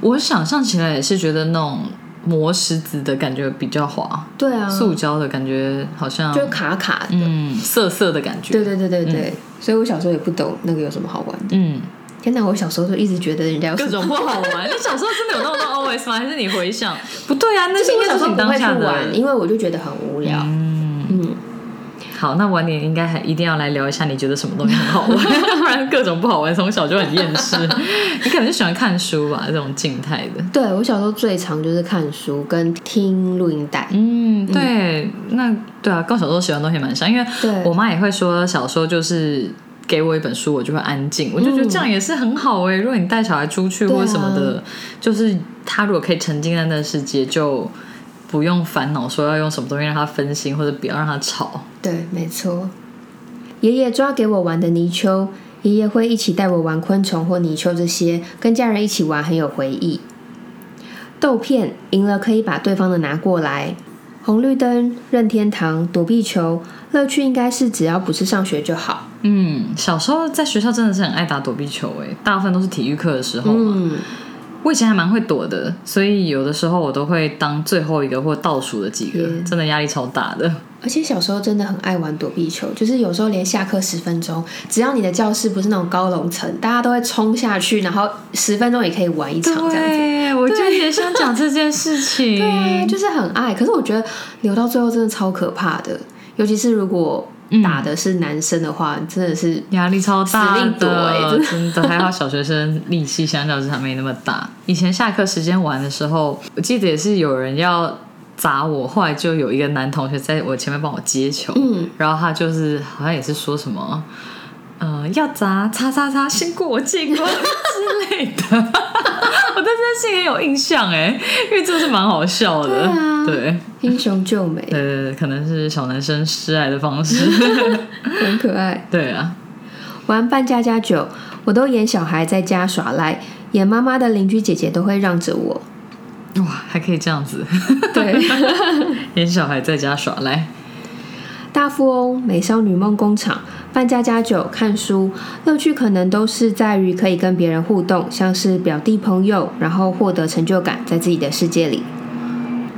S1: 我想象起来也是觉得那种磨石子的感觉比较滑，
S2: 对啊，
S1: 塑胶的感觉好像
S2: 就卡卡的。
S1: 嗯涩涩的感觉。
S2: 对对对对对，所以我小时候也不懂那个有什么好玩的。
S1: 嗯，
S2: 天哪，我小时候就一直觉得人家有什
S1: 各
S2: 么
S1: 种不好玩。 你小时候真的有那么多 OS 吗？还是你回想？不对啊，那
S2: 就是
S1: 应
S2: 我
S1: 该
S2: 小
S1: 就是
S2: 时候
S1: 你
S2: 不
S1: 当
S2: 会去
S1: 下
S2: 玩，
S1: 的。
S2: 因为我就觉得很无聊。
S1: 嗯，
S2: 嗯，
S1: 好，那晚点应该还一定要来聊一下，你觉得什么东西很好玩？不然各种不好玩，从小就很厌世。你可能就喜欢看书吧，这种静态的。
S2: 对我小时候最常就是看书跟听录音带。
S1: 嗯，对，那对啊，跟我小时候喜欢的东西蛮像，因为
S2: 对
S1: 我妈也会说，小时候就是给我一本书，我就会安静。我就觉得这样也是很好哎、如果你带小孩出去
S2: 对啊
S1: 或者什么的，就是他如果可以沉浸在那个世界，就不用烦恼说要用什么东西让他分心，或者不要让他吵。
S2: 对，没错。爷爷抓给我玩的泥鳅，爷爷会一起带我玩昆虫或泥鳅这些，跟家人一起玩很有回忆。豆片赢了可以把对方的拿过来。红绿灯、任天堂、躲避球，乐趣应该是只要不是上学就好。
S1: 嗯，小时候在学校真的是很爱打躲避球哎、大部分都是体育课的时候嘛。
S2: 嗯，
S1: 我以前还蛮会躲的，所以有的时候我都会当最后一个或倒数的几个，
S2: 嗯
S1: 真的压力超大的。
S2: 而且小时候真的很爱玩躲避球，就是有时候连下课十分钟，只要你的教室不是那种高楼层，大家都会冲下去，然后十分钟也可以玩一场这样子。
S1: 对，我就也想讲这件 事情。
S2: 对啊，就是很爱。可是我觉得留到最后真的超可怕的，尤其是如果打的是男生的话，真的是
S1: 压力超大
S2: 死命躲欸
S1: 的
S2: 真，
S1: 真的还好小学生力气相较之下没那么大。以前下课时间玩的时候，我记得也是有人要砸我，后来就有一个男同学在我前面帮我接球，
S2: 嗯，
S1: 然后他就是好像也是说什么，呃，要砸叉叉叉，先过我 见过之类的。 我对这件事情很有印象哎，因为真的是蛮好笑的，
S2: 对啊
S1: 对
S2: 英雄救美，
S1: 对对对，呃可能是小男生示爱的方 式，
S2: 很可爱。
S1: 对啊。
S2: 玩扮家家酒，我都演小孩在家耍赖，演妈妈的邻居姐姐都会让着我。
S1: 哇，还可以这样子，
S2: 对，
S1: 连小孩在家耍赖。
S2: 大富翁、美少女梦工厂、扮家家酒、看书，乐趣可能都是在于可以跟别人互动，像是表弟朋友，然后获得成就感，在自己的世界里。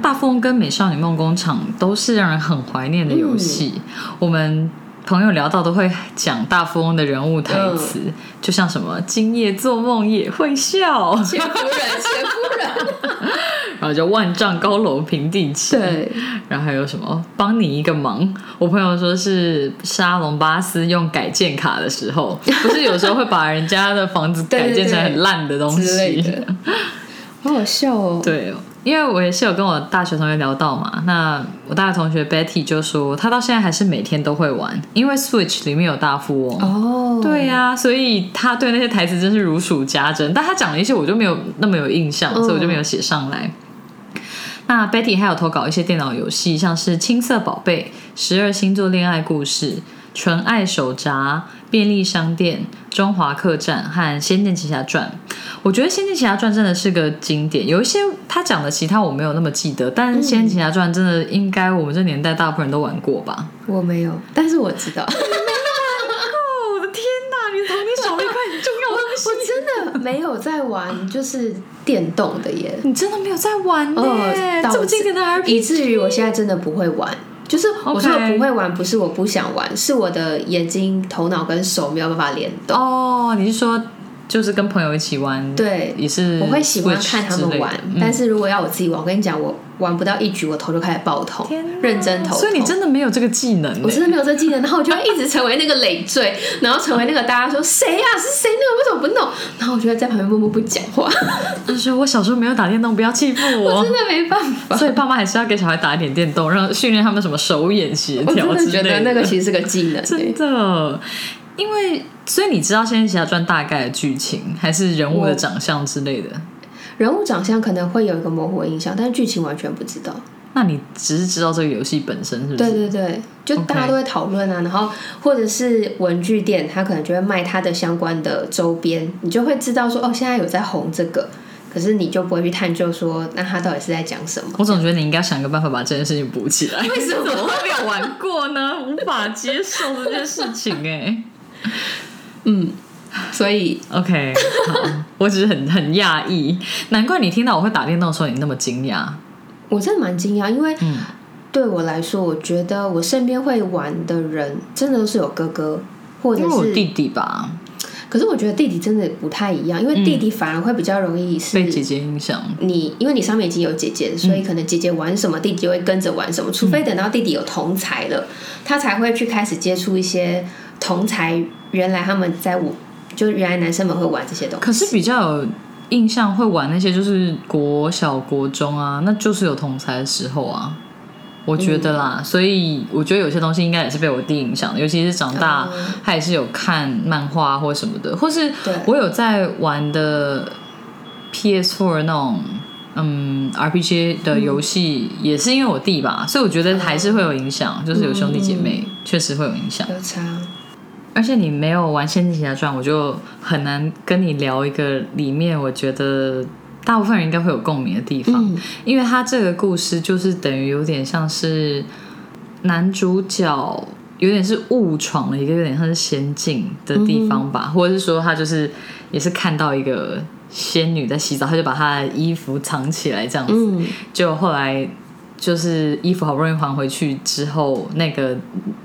S1: 大富翁跟美少女梦工厂都是让人很怀念的游
S2: 嗯
S1: 戏。我们朋友聊到都会讲大富翁的人物台
S2: 嗯
S1: 词，就像什么“今夜做梦也会笑
S2: 前夫人，前夫人，”，
S1: 然后就万丈高楼平地起。
S2: 对。
S1: 然后还有什么帮你一个忙？我朋友说是沙龙巴斯用改建卡的时 候，不是有时候会把人家的房子
S2: 对对
S1: 改建成
S2: 对
S1: 很烂的东西
S2: 之类的，好好笑哦。
S1: 对，因为我也是有跟我大学同学聊到嘛，那我大学同学 Betty 就说，她到现在还是每天都会玩，因为 Switch 里面有大富翁。
S2: 哦，
S1: 对呀、所以她对那些台词真是如数家珍，但她讲了一些我就没有那么有印象，
S2: 嗯
S1: 所以我就没有写上来。那 Betty 还有投稿一些电脑游戏，像是《青色宝贝》《十二星座恋爱故事》《纯爱手札》《便利商店》《中华客栈》和《仙剑奇侠传》。我觉得《仙剑奇侠传》真的是个经典，有一些他讲的其他我没有那么记得，但《仙剑奇侠传》真的应该我们这年代大部分人都玩过吧？
S2: 我没有，但是我知道，
S1: 哦，我的天哪！你童年少了一块很重要的东
S2: 我真的没有在玩，就是电动的 耶。
S1: 你真的没有在玩呢、
S2: 导
S1: 这么
S2: 致
S1: 经典的 RPG，
S2: 以至于我现在真的不会玩。就是我说
S1: OK
S2: 的不会玩，不是我不想玩，是我的眼睛、头脑跟手没有办法联动。
S1: 哦，你是说就是跟朋友一起玩？，
S2: 对，
S1: 也是
S2: 我会喜欢
S1: 嗯 Switch
S2: 看他
S1: 之类
S2: 们
S1: 的
S2: 玩，
S1: 嗯
S2: 但是如果要我自己玩，我跟你讲，我玩不到一局，我头就开始爆痛
S1: 天哪，
S2: 认真头痛。
S1: 所以你真的没有这个技能欸、
S2: 我真的没有这技能，然后我就会一直成为那个累赘，然后成为那个大家说谁呀、啊是谁那个为什么不弄？然后我就会在旁边默默不讲话，
S1: 欸呃就是说我小时候没有打电动，不要欺负我。
S2: 真的没办 法。
S1: 所以爸妈还是要给小孩打一点电动，让训练他们什么手眼协
S2: 我真
S1: 调
S2: 的
S1: 之
S2: 觉
S1: 类
S2: 得那个其实是个技 能、
S1: 真
S2: 欸，
S1: 的，因为所以你知道《仙剑奇侠传》大概的剧情，还是人物的
S2: 我
S1: 长相之类的？
S2: 人物长相可能会有一个模糊的印象，但是剧情完全不知道。
S1: 那你只是知道这个游戏本身是不
S2: 对
S1: 是？
S2: 对对，就
S1: 嗯 OK
S2: 大家都会讨论啊，然后或者是文具店，他可能就会卖他的相关的周边，你就会知道说哦，现在有在红这个，可是你就不会去探究说那他到底是在讲什么。
S1: 我总觉得你应该想一个办法把这件事情补起来。
S2: 为 什么
S1: 你怎么会没有玩过呢？无法接受这件事情哎、
S2: 嗯，所以
S1: OK，好，我只是很很讶异，难怪你听到我会打电动的时候你那么惊讶。
S2: 我真的蛮惊讶，因为
S1: 嗯，
S2: 对我来说，我觉得我身边会玩的人，真的都是有哥哥，或
S1: 因
S2: 者
S1: 为我弟
S2: 是，
S1: 弟吧
S2: 可是我觉得弟弟真的不太一样，因为弟弟反而会比较容易
S1: 嗯
S2: 是
S1: 被姐姐影响，
S2: 你，因为你上面已经有姐姐，所以可能姐姐玩什么，弟弟就会跟着玩什么，除
S1: 嗯
S2: 非等到弟弟有同才了，他才会去开始接触一些同才，原来他们在我。就是原来男生们会玩这些东西，
S1: 可是比较有印象会玩那些就是国小国中啊，那就是有同才的时候啊。我觉得啦，
S2: 嗯
S1: 所以我觉得有些东西应该也是被我弟影响的，尤其是长大，
S2: 哦
S1: 他也是有看漫画或什么的，或是
S2: 对
S1: 我有在玩的 PS4 那种嗯 RPG 的游戏，也是因为我弟吧，所以我觉得还是会有影响，就是有兄弟姐妹
S2: 嗯
S1: 确实会有影响。
S2: 有差。
S1: 而且你没有玩《仙剑奇侠传》，我就很难跟你聊一个里面我觉得大部分人应该会有共鸣的地方，
S2: 嗯
S1: 因为他这个故事就是等于有点像是男主角。有点是误闯了一个有点像是仙境的地方吧，或者是说他就是也是看到一个仙女在洗澡，他就把她的衣服藏起来这样子，
S2: 嗯，
S1: 就后来就是衣服好不容易还回去之后，那个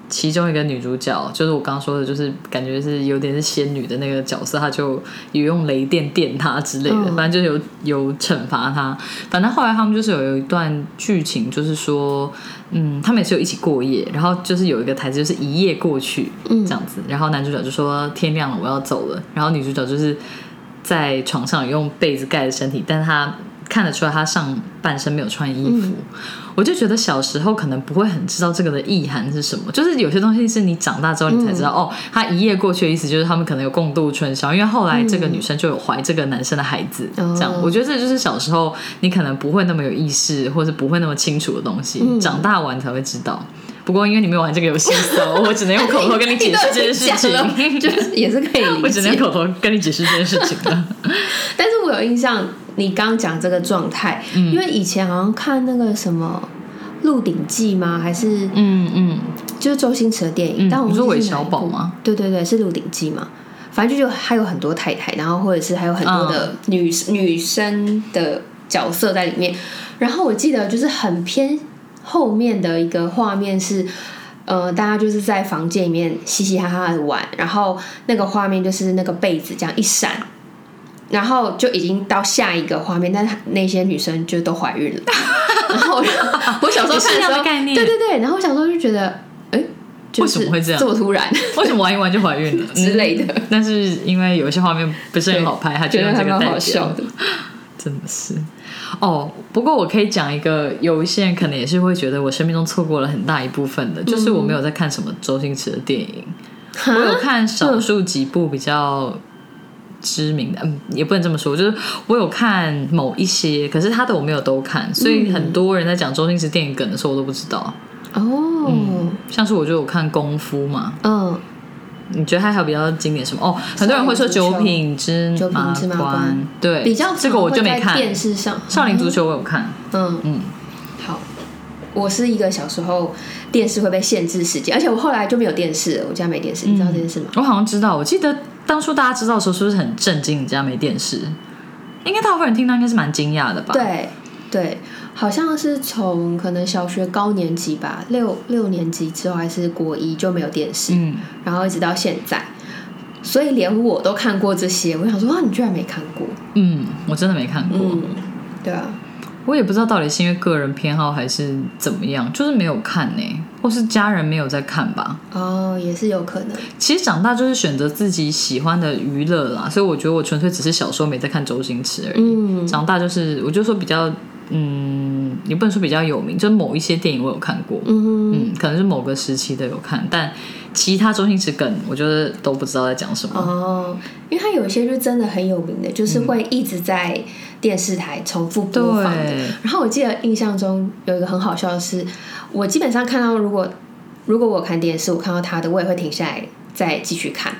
S1: 其中一个女主角，就是我刚刚说的，就是感觉是有点是仙女的那个角色，她就有用雷电电她之类的，
S2: 嗯
S1: 反正就是有有惩罚她。反正后来他们就是有一段剧情，就是说，嗯，他们也是有一起过夜，然后就是有一个台词就是一夜过去，
S2: 嗯
S1: 这样子。然后男主角就说天亮了，我要走了。然后女主角就是在床上用被子盖着身体，但是她看得出来她上半身没有穿衣服。我就觉得小时候可能不会很知道这个的意涵是什么，就是有些东西是你长大之后你才知道。哦，她一夜过去的意思就是他们可能有共度春宵，因为后来这个女生就有怀这个男生的孩子，
S2: 哦
S1: 这样。我觉得这就是小时候你可能不会那么有意识，或是不会那么清楚的东西，长大完才会知道。不过因为你没有玩这个 游戏，所以我只能用口头跟你解释这件事
S2: 哎
S1: 情。
S2: 你都已经 讲了就是也是可以
S1: 我
S2: 理
S1: 只能
S2: 解。
S1: 口头跟你解释这件事情了。
S2: 但是我有印象，你刚刚讲这个状态，
S1: 嗯
S2: 因为以前好像看那个什么《鹿鼎记》吗？还是
S1: 嗯嗯，
S2: 就是周星驰的电
S1: 嗯
S2: 影？但我
S1: 你说
S2: 忘记
S1: 韦
S2: 是哪
S1: 小
S2: 一
S1: 宝
S2: 部
S1: 吗？
S2: 对对对，是《鹿鼎记》嘛。反正就还有很多太太，然后或者是还有很多的女、女生的角色在里面。然后我记得就是很偏后面的一个画面是，呃，大家就是在房间里面嘻嘻哈哈的玩，然后那个画面就是那个被子这样一闪，然后就已经到下一个画面，但是那些女生就都怀孕了。 然后我 我小时候
S1: 也是一
S2: 看
S1: 样
S2: 的时
S1: 的
S2: 候，
S1: 概念
S2: 对对对，然后我小时候就觉得，哎，就
S1: 为什
S2: 是
S1: 么会这样
S2: 这么突然
S1: 为什么玩一玩就怀孕了？嗯
S2: 之类的，
S1: 但是因为有一些画面不是很好拍，他就
S2: 觉
S1: 用
S2: 得
S1: 这
S2: 还
S1: 个
S2: 蛮
S1: 代
S2: 好
S1: 表
S2: 笑。的。
S1: 真的是哦。不过我可以讲一个，有一些人可能也是会觉得我生命中错过了很大一部分的，就是我没有在看什么周星驰的电影，我
S2: 啊
S1: 有看
S2: 嗯
S1: 少数几部比较。知名的，嗯，也不能这么说，就是我有看某一些，可是他的我没有都看，所
S2: 嗯
S1: 以很多人在讲周星驰电影梗的时候，我都不知道。
S2: 哦，
S1: 像是我就有看《功夫》嘛，
S2: 嗯，
S1: 你觉得它还有比较经典什么？哦，很多人会说《
S2: 少林足球
S1: 九品芝
S2: 九品
S1: 麻
S2: 芝麻
S1: 官
S2: 官》，
S1: 对，
S2: 比较
S1: 这个我就没
S2: 常会
S1: 看
S2: 在。电视上。
S1: 少林足球我有看，
S2: 嗯
S1: 嗯
S2: 嗯，好。我是一个小时候电视会被限制时间，而且我后来就没有电视了，我家没电视，你知道这件事吗？
S1: 我好像知道，我记得当初大家知道的时候，是不是很震惊？你家没电视，应该大部分人听到应该是蛮惊讶的吧？，
S2: 对对，好像是从可能小学高年级吧，六六年级之后还是国一就没有电视，
S1: 嗯，
S2: 然后一直到现在，所以连我都看过这些。我想说，哇，啊你居然没看过？
S1: 嗯，我真的没看过，
S2: 嗯，对啊，
S1: 我也不知道到底是因为个人偏好还是怎么样，就是没有看呢、或是家人没有在看吧。
S2: 哦，也是有可能。
S1: 其实长大就是选择自己喜欢的娱乐啦，所以我觉得我纯粹只是小时候没在看周星驰而已。
S2: 嗯，
S1: 长大就是，我就说比较，嗯，也不能说比较有名，就是某一些电影我有看过，
S2: 嗯
S1: 嗯，可能是某个时期的有看，但其他周星驰梗，我觉得都不知道在讲什么。
S2: 哦，因为它有一些就真的很有名的，就是会一直在电视台重复播放的。
S1: 对，
S2: 然后我记得印象中有一个很好笑的是，我基本上看到如果如果我看电视，我看到他的，我也会停下来再继续看。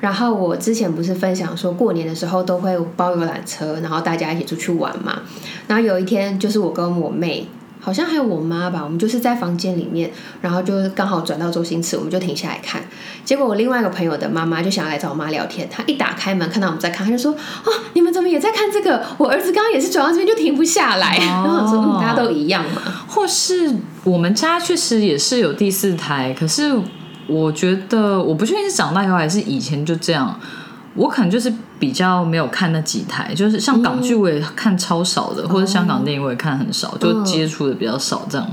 S2: 然后我之前不是分享说过年的时候都会包游览车，然后大家一起出去玩嘛。然后有一天就是我跟我妹，好像还有我妈吧，我们就是在房间里面，然后就刚好转到周星驰，我们就停下来看。结果我另外一个朋友的妈妈就想要来找我妈聊天，她一打开门看到我们在看，她就说：“啊，你们怎么也在看这个？我儿子刚刚也是转到这边就停不下来。然后我说：“嗯，大家都一样嘛。
S1: 或是我们家确实也是有第四台，可是我觉得我不确定是长大以后还是以前就这样。我可能就是比较没有看那几台，就是像港剧我也看超少的，或者香港电影我也看很少，就接触的比较少这样。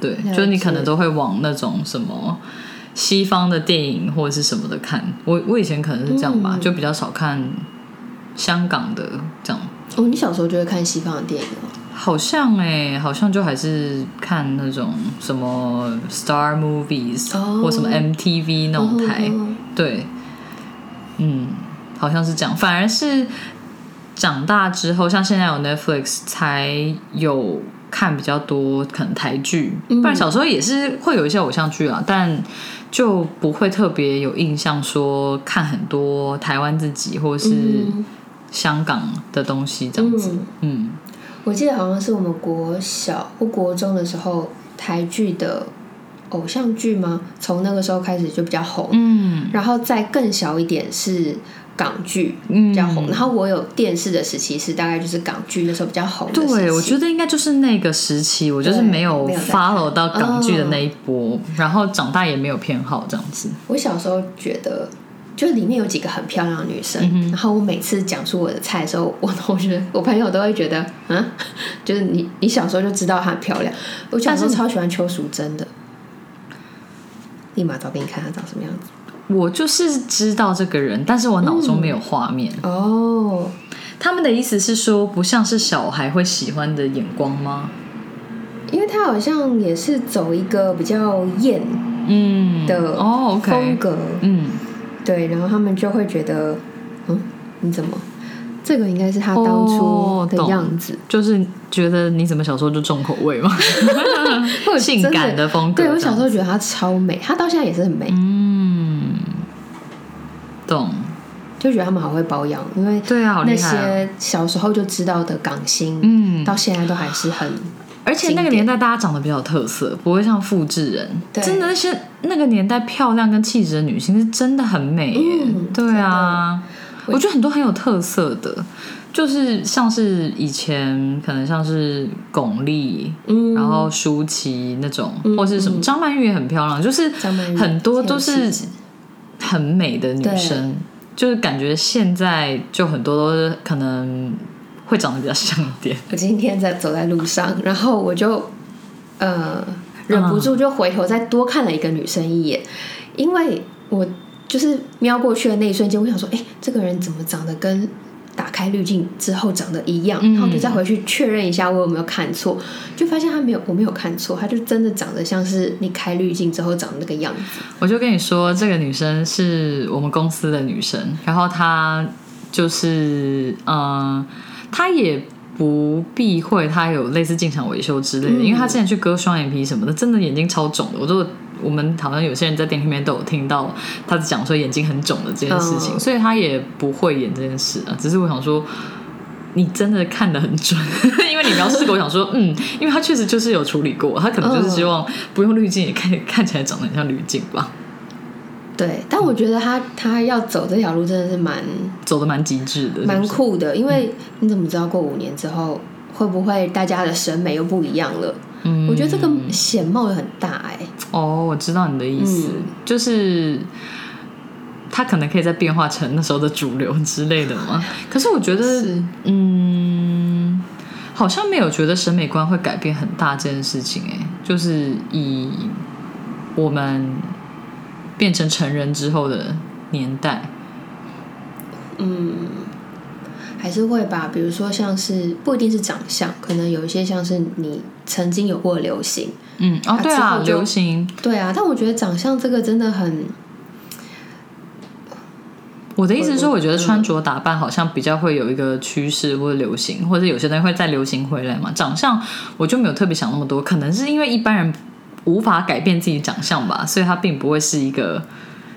S1: 对，
S2: 解
S1: 就是你可能都会往那种什么西方的电影或者是什么的看。我我以前可能是这样吧，就比较少看香港的这样。
S2: 哦，你小时候就会看西方的电影哦？
S1: 好像哎、好像就还是看那种什么 Star Movies、
S2: 哦
S1: 或什么 MTV 那种台，
S2: 嗯
S1: 对，嗯，好像是这样。反而是长大之后，像现在有 Netflix 才有看比较多可能台剧，
S2: 嗯
S1: 不然小时候也是会有一些偶像剧啊，但就不会特别有印象说看很多台湾自己或是
S2: 嗯
S1: 香港的东西这样子。
S2: 嗯，
S1: 嗯
S2: 我记得好像是我们国小或国中的时候，台剧的偶像剧吗？从那个时候开始就比较红，
S1: 嗯
S2: 然后再更小一点是港剧
S1: 嗯，
S2: 比较红。然后我有电视的时期是大概就是港剧那时候比较红的时期。
S1: 对，我觉得应该就是那个时期，我就是
S2: 对
S1: 没有哦
S2: 没有在看
S1: follow 到港剧的那一波，然后长大也没有偏好这样子。
S2: 我小时候觉得，就里面有几个很漂亮的女生，
S1: 嗯哼
S2: 然后我每次讲出我的菜的时候，我同学、我朋友都会觉得，嗯，就是你你小时候就知道她很漂亮。我小时候
S1: 但是
S2: 超喜欢邱淑贞的，立马找给你看她长什么样
S1: 哦
S2: 子。
S1: 我就是知道这个人，但是我脑中没有画面。
S2: 哦，
S1: 嗯他们的意思是说，不像是小孩会喜欢的眼光吗？
S2: 因为她好像也是走一个比较艳
S1: 嗯
S2: 的
S1: 哦，OK，
S2: 风格，
S1: 嗯，
S2: 对，然后他们就会觉得，嗯，你怎么？这个应该是她当初
S1: 哦
S2: 的
S1: 懂
S2: 样子。
S1: 就是觉得你怎么小时候就重口 味吗？
S2: 会有
S1: 性
S2: 真
S1: 感的风格
S2: 对我
S1: 这样
S2: 小时候觉得她超美，她到现在也是很美，
S1: 嗯，懂。
S2: 就觉得他们好会保养，因为
S1: 对啊，好
S2: 那
S1: 厉害、啊。
S2: 些小时候就知道的港星，
S1: 嗯
S2: 到现在都还是很
S1: 而且那个年代大家长得比较有特色，不会像复制人。
S2: 对
S1: 真的那些那个年代漂亮跟气质的女性是真的很美耶。
S2: 嗯
S1: 对啊，
S2: 真的
S1: 我觉得很多很有特色的，就是像是以前可能像是巩俐，
S2: 嗯
S1: 然后舒淇那种，
S2: 嗯
S1: 或是什么张曼玉也很漂亮，就是
S2: 张曼玉
S1: 很多都
S2: 很有
S1: 是
S2: 气质
S1: 很美的女
S2: 对
S1: 生，就是感觉现在就很多都是可能会长得比较像一点。
S2: 我今天在走在路上， 然后我就呃忍不住就回头再多看了一个女生一眼，因为我就是瞄过去的那一瞬间，我想说，哎、这个人怎么长得跟打开滤镜之后长得一样？
S1: 嗯
S2: 然后我就再回去确认一下我有没有看错，就发现他没有，我没有看错，他就真的长得像是你开滤镜之后长的那个样子。
S1: 我就跟你说，这个女生是我们公司的女生，然后她就是嗯、呃她也不避讳她有类似进场维修之类的，
S2: 嗯
S1: 因为她之前去割双眼皮什么的，真的眼睛超肿的，我都。我们好像有些人在店里面都有听到她讲说眼睛很肿的这件事情，
S2: 哦
S1: 所以她也不会演这件事啊。只是我想说， 你真的看得很准，因为你描述这个，我想说，嗯，因为她确实就是有处理过，她可能
S2: 嗯
S1: 就是希望不用滤镜也看看起来长得很像滤镜吧。
S2: 对，但我觉得他他要走这条路真的是蛮
S1: 走的蛮极致的，
S2: 蛮
S1: 是不嗯是
S2: 酷的，因为你怎么知道过五年之后会不会大家的审美又不一样了？
S1: 嗯
S2: 我觉得这个显冒很大哎、
S1: 哦，我知道你的意思，
S2: 嗯
S1: 就是它可能可以再变化成那时候的主流之类的 嘛。可是我觉得，嗯，好像没有觉得审美观会改变很大这件事情、欸，哎，就是以我们变成成人之后的年代，
S2: 嗯，还是会吧。比如说像是不一定是长相，可能有一些像是你曾经有过的流行，
S1: 嗯，哦
S2: 啊，
S1: 对
S2: 之
S1: 啊，
S2: 后就
S1: 流行，
S2: 对啊。但我觉得长相这个真的很，
S1: 我的意思是说，
S2: 我嗯
S1: 我觉得穿着打扮好像比较会有一个趋势或者流行，或者有些东西会再流行回来嘛。长相我就没有特别想那么多，可能是因为一般人无法改变自己长相吧，所以它并不会是一个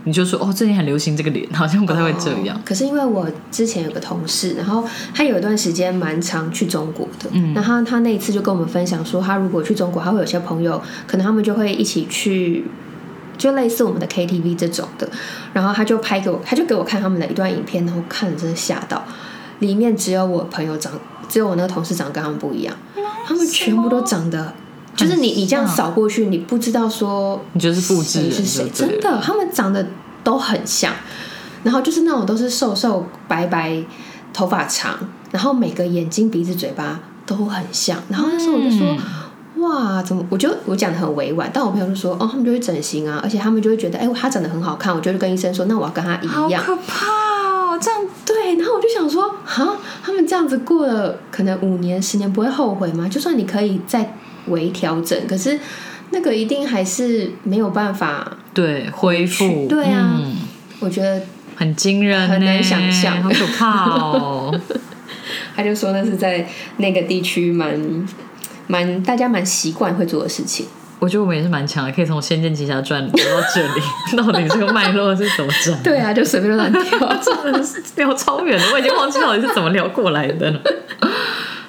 S1: 你就说哦，最近很流行这个脸，好像不太会这样。
S2: 哦可是因为我之前有个同事，然后他有一段时间蛮常去中国的，
S1: 嗯
S2: 然后他那一次就跟我们分享说，他如果去中国，他会有些朋友，可能他们就会一起去。就类似我们的 KTV 这种的，然后他就拍给我，他就给我看他们的一段影片，然后看了真的吓到，里面只有我朋友长，只有我那个同事长得跟他们不一样，他们全部都长得，就是你你这样
S1: 像
S2: 扫过去，你不知道说
S1: 你觉得是复制
S2: 谁
S1: 人
S2: 是
S1: 就
S2: 谁，
S1: 对了
S2: 真的，他们长得都很像，然后就是那种都是瘦瘦白白，头发长，然后每个眼睛、鼻子、嘴巴都很像。然后那时候我就
S1: 嗯
S2: 说，哇，怎么？我就我讲的很委婉，但我朋友就说，哦，他们就会整形啊，而且他们就会觉得，哎、他长得很好看，我就会跟医生说，那我要跟他一
S1: 嗯好
S2: 样。
S1: 可怕哦，这样
S2: 对，然后我就想说，哈，他们这样子过了可能五年、十年，不会后悔吗？就算你可以再微调整，可是那个一定还是没有办法。
S1: 对，恢复，
S2: 对啊
S1: 嗯、
S2: 我觉得
S1: 很惊人、呢，
S2: 很难想象
S1: 好可怕哦。
S2: 他就说那是在那个地区蛮蛮大家蛮习惯会做的事情。
S1: 我觉得我们也是蛮强的，可以从《仙剑奇侠传》聊到这 里，到底这个脉络是怎么转？
S2: 对啊，就随便乱跳。
S1: 真的是聊超远的，我已经忘记到底是怎么聊过来的了。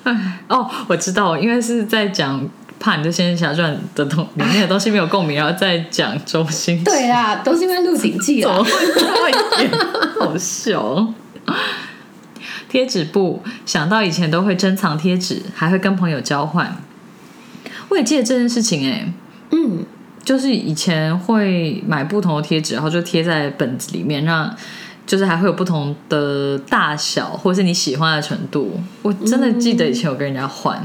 S1: 哎， 哦，我知道，因为是在讲怕你对《仙剑奇侠传》的东里面的东西没有共鸣，然后再讲周星驰，
S2: 对啊，都是因为《鹿鼎记》
S1: 怎
S2: 啊
S1: 么。会这样？ 好笑哦。贴纸布，想到以前都会珍藏贴纸，还会跟朋友交换。我也记得这件事情哎、
S2: 嗯，
S1: 就是以前会买不同的贴纸，然后就贴在本子里面，让就是还会有不同的大小，或是你喜欢的程度。我真的记得以前有跟人家换，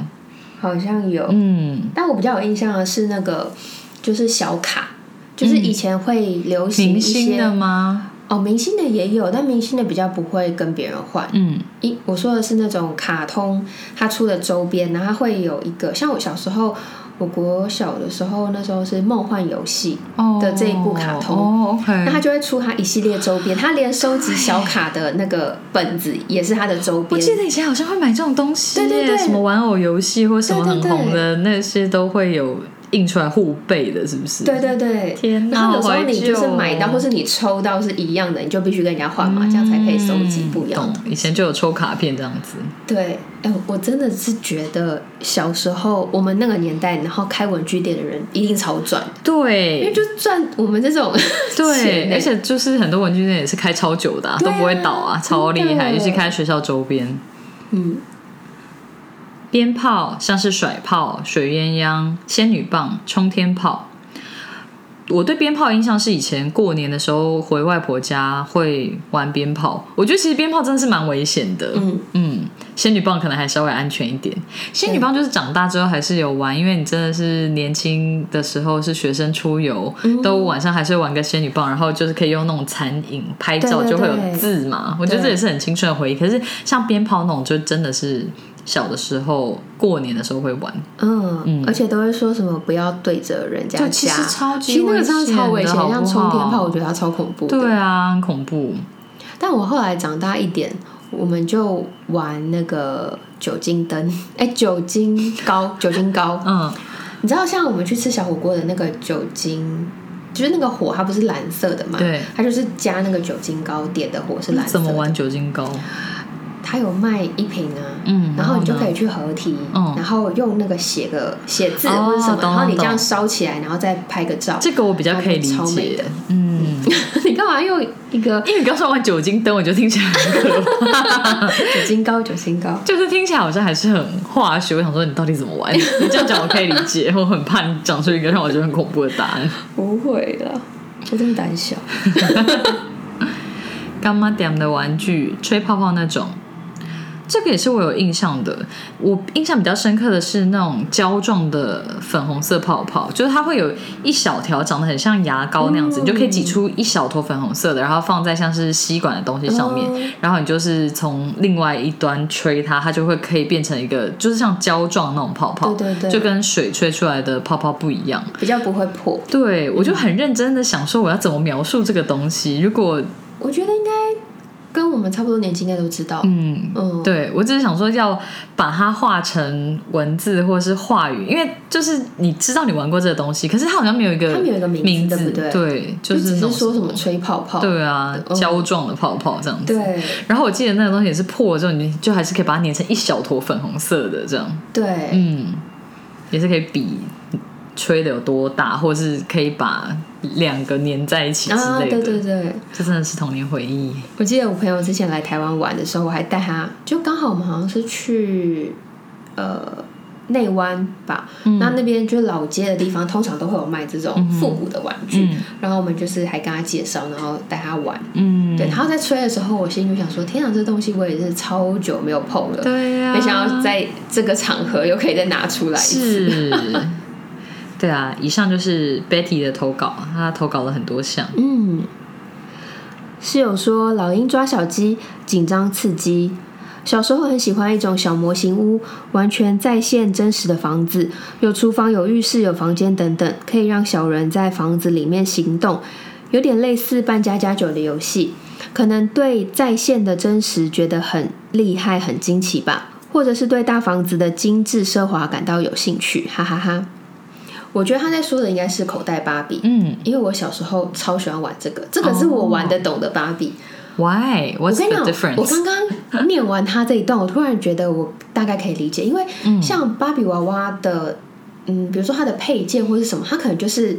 S2: 好像有。
S1: 嗯，
S2: 但我比较有印象的是那个，就是小卡，就是以前会流行一
S1: 明
S2: 些
S1: 星的吗？
S2: 哦，明星的也有，但明星的比较不会跟别人换。
S1: 嗯，
S2: 一我说的是那种卡通，它出的周边，然后它会有一个，像我小时候，我国小的时候，那时候是《梦幻游戏》
S1: 哦
S2: 的这一部卡通
S1: 哦
S2: 那它
S1: ，OK。
S2: 就会出它一系列周边，它连收集小卡的那个本子也是它的周
S1: 我
S2: 边。
S1: 记得以前好像会买这种东西耶，
S2: 对对对
S1: 什么玩偶游戏或什么很
S2: 对对对
S1: 红的那些都会有印出来互背的，是不是？
S2: 对对对，
S1: 天哪
S2: 然后有时候
S1: 好怀
S2: 你
S1: 旧
S2: 就是买到
S1: 哦
S2: 或是你抽到是一样的，你就必须跟人家换嘛，这样才可以收集不一样
S1: 嗯
S2: 的
S1: 懂以前就有抽卡片这样子，
S2: 对，哎、我真的是觉得小时候我们那个年代，然后开文具店的人一定超赚的，
S1: 对，
S2: 因为就赚我们这种 钱
S1: 对，
S2: 欸
S1: 而且就是很多文具店也是开超久的、啊，
S2: 对
S1: 都
S2: 啊
S1: 不会倒啊，超厉害，
S2: 真的
S1: 尤其开学校周边。
S2: 嗯，
S1: 鞭炮像是甩炮、水鸳鸯、仙女棒、冲天炮。我对鞭炮印象是以前过年的时候回外婆家会玩鞭炮，我觉得其实鞭炮真的是蛮危险的。
S2: 嗯
S1: 仙女棒可能还稍微安全一点。仙女棒就是长大之后还是有玩，因为你真的是年轻的时候是学生出游，
S2: 嗯
S1: 都晚上还是会玩个仙女棒，然后就是可以用那种残影拍照，
S2: 对对
S1: 就会有
S2: 对
S1: 字嘛。我觉得这也是很青春的回忆。可是像鞭炮那种，就真的是小的时候过年的时候会玩。
S2: 嗯而且都会说什么不要对着人家
S1: 对
S2: 家，
S1: 其实超级
S2: 其实那个真的超危
S1: 危险的
S2: 险，
S1: 好不
S2: 像冲天
S1: 好
S2: 炮，我觉得它超恐怖的。
S1: 对啊，很恐怖。
S2: 但我后来长大一点，我们就玩那个酒精灯， 哎、酒精 膏，酒精膏，
S1: 嗯，
S2: 你知道，像我们去吃小火锅的那个酒精，就是那个火，它不是蓝色的嘛？
S1: 对，
S2: 它就是加那个酒精膏点的火是蓝色
S1: 怎
S2: 的。
S1: 么玩酒精膏？
S2: 它有卖一瓶啊，
S1: 嗯
S2: 然
S1: 然后
S2: 后
S1: 呢
S2: 你就可以去合体，
S1: 嗯
S2: 然后用那个写个写字
S1: 哦
S2: 或者什么，
S1: 懂
S2: 然后你
S1: 懂
S2: 这样烧起来，然后再拍个照。
S1: 这个我比较可以理
S2: 超美
S1: 解
S2: 的。
S1: 嗯，
S2: 你干嘛用一个
S1: 因为你刚说玩酒精灯，我觉得听起来很可怕。
S2: 酒精膏？酒精膏。
S1: 就是听起来好像还是很化学。我想说，你到底怎么玩？你这样讲我可以理解，我很怕你讲出一个让我觉得很恐怖的答案。
S2: 不会啦，我真的胆小。
S1: 干妈点的玩具，吹泡泡那种，这个也是我有印象的。我印象比较深刻的是那种胶状的粉红色泡泡，就是它会有一小条长得很像牙膏那样子，
S2: 嗯
S1: 你就可以挤出一小坨粉红色的，然后放在像是吸管的东西上面，
S2: 哦
S1: 然后你就是从另外一端吹它，它就会可以变成一个就是像胶状那种泡泡，
S2: 对对对
S1: 就跟水吹出来的泡泡不一样。
S2: 比较不会破。
S1: 对，我就
S2: 嗯
S1: 很认真的想说我要怎么描述这个东西。如果
S2: 我觉得应该跟我们差不多年纪，应该都知道。
S1: 嗯，
S2: 嗯，
S1: 对，我只是想说要把它画成文字或是话语，因为就是你知道你玩过这个东西，可是它好像没有一个
S2: 它没有一个名字
S1: 名字，
S2: 对不对
S1: 就
S2: 只
S1: 是那
S2: 是
S1: 种
S2: 说什么吹泡泡。
S1: 对啊，
S2: 嗯
S1: 胶状的泡泡这样子。
S2: 对
S1: 然后我记得那个东西也是破了之后，你就还是可以把它粘成一小坨粉红色的这样，
S2: 对，
S1: 嗯，也是可以比吹的有多大，或是可以把两个粘在一起之
S2: 啊，
S1: 类的。
S2: 对对对，
S1: 这真的是童年回忆。
S2: 我记得我朋友之前来台湾玩的时候，我还带他，就刚好我们好像是去呃内湾吧，
S1: 嗯
S2: 那那边就是老街的地方，通常都会有卖这种复古的玩具，
S1: 嗯
S2: 然后我们就是还跟他介绍，然后带他玩。
S1: 嗯，
S2: 对，然后在吹的时候，我心里就想说：天啊，这东西我也是超久没有碰了，
S1: 对啊呀、
S2: 没想到在这个场合又可以再拿出来一次。
S1: 是， 对啊，以上就是 Betty 的投稿，她投稿了很多项。
S2: 嗯，室友说老鹰抓小鸡，紧张刺激。小时候很喜欢一种小模型屋，完全再现真实的房子，有厨房、有浴室、有房间等等，可以让小人在房子里面行动，有点类似扮家家酒的游戏。可能对在线的真实觉得很厉害、很惊奇吧，或者是对大房子的精致奢华感到有兴趣，哈哈哈我觉得他在说的应该是口袋芭比，
S1: 嗯
S2: 因为我小时候超喜欢玩这个，这个是我玩得懂的芭比。
S1: ，Why?
S2: 我
S1: What's
S2: 跟你
S1: 哦 the
S2: 讲，我
S1: difference？
S2: 刚刚念完他这一段，我突然觉得我大概可以理解，因为
S1: 嗯
S2: 像芭比娃娃的，嗯，比如说它的配件或是什么，它可能就是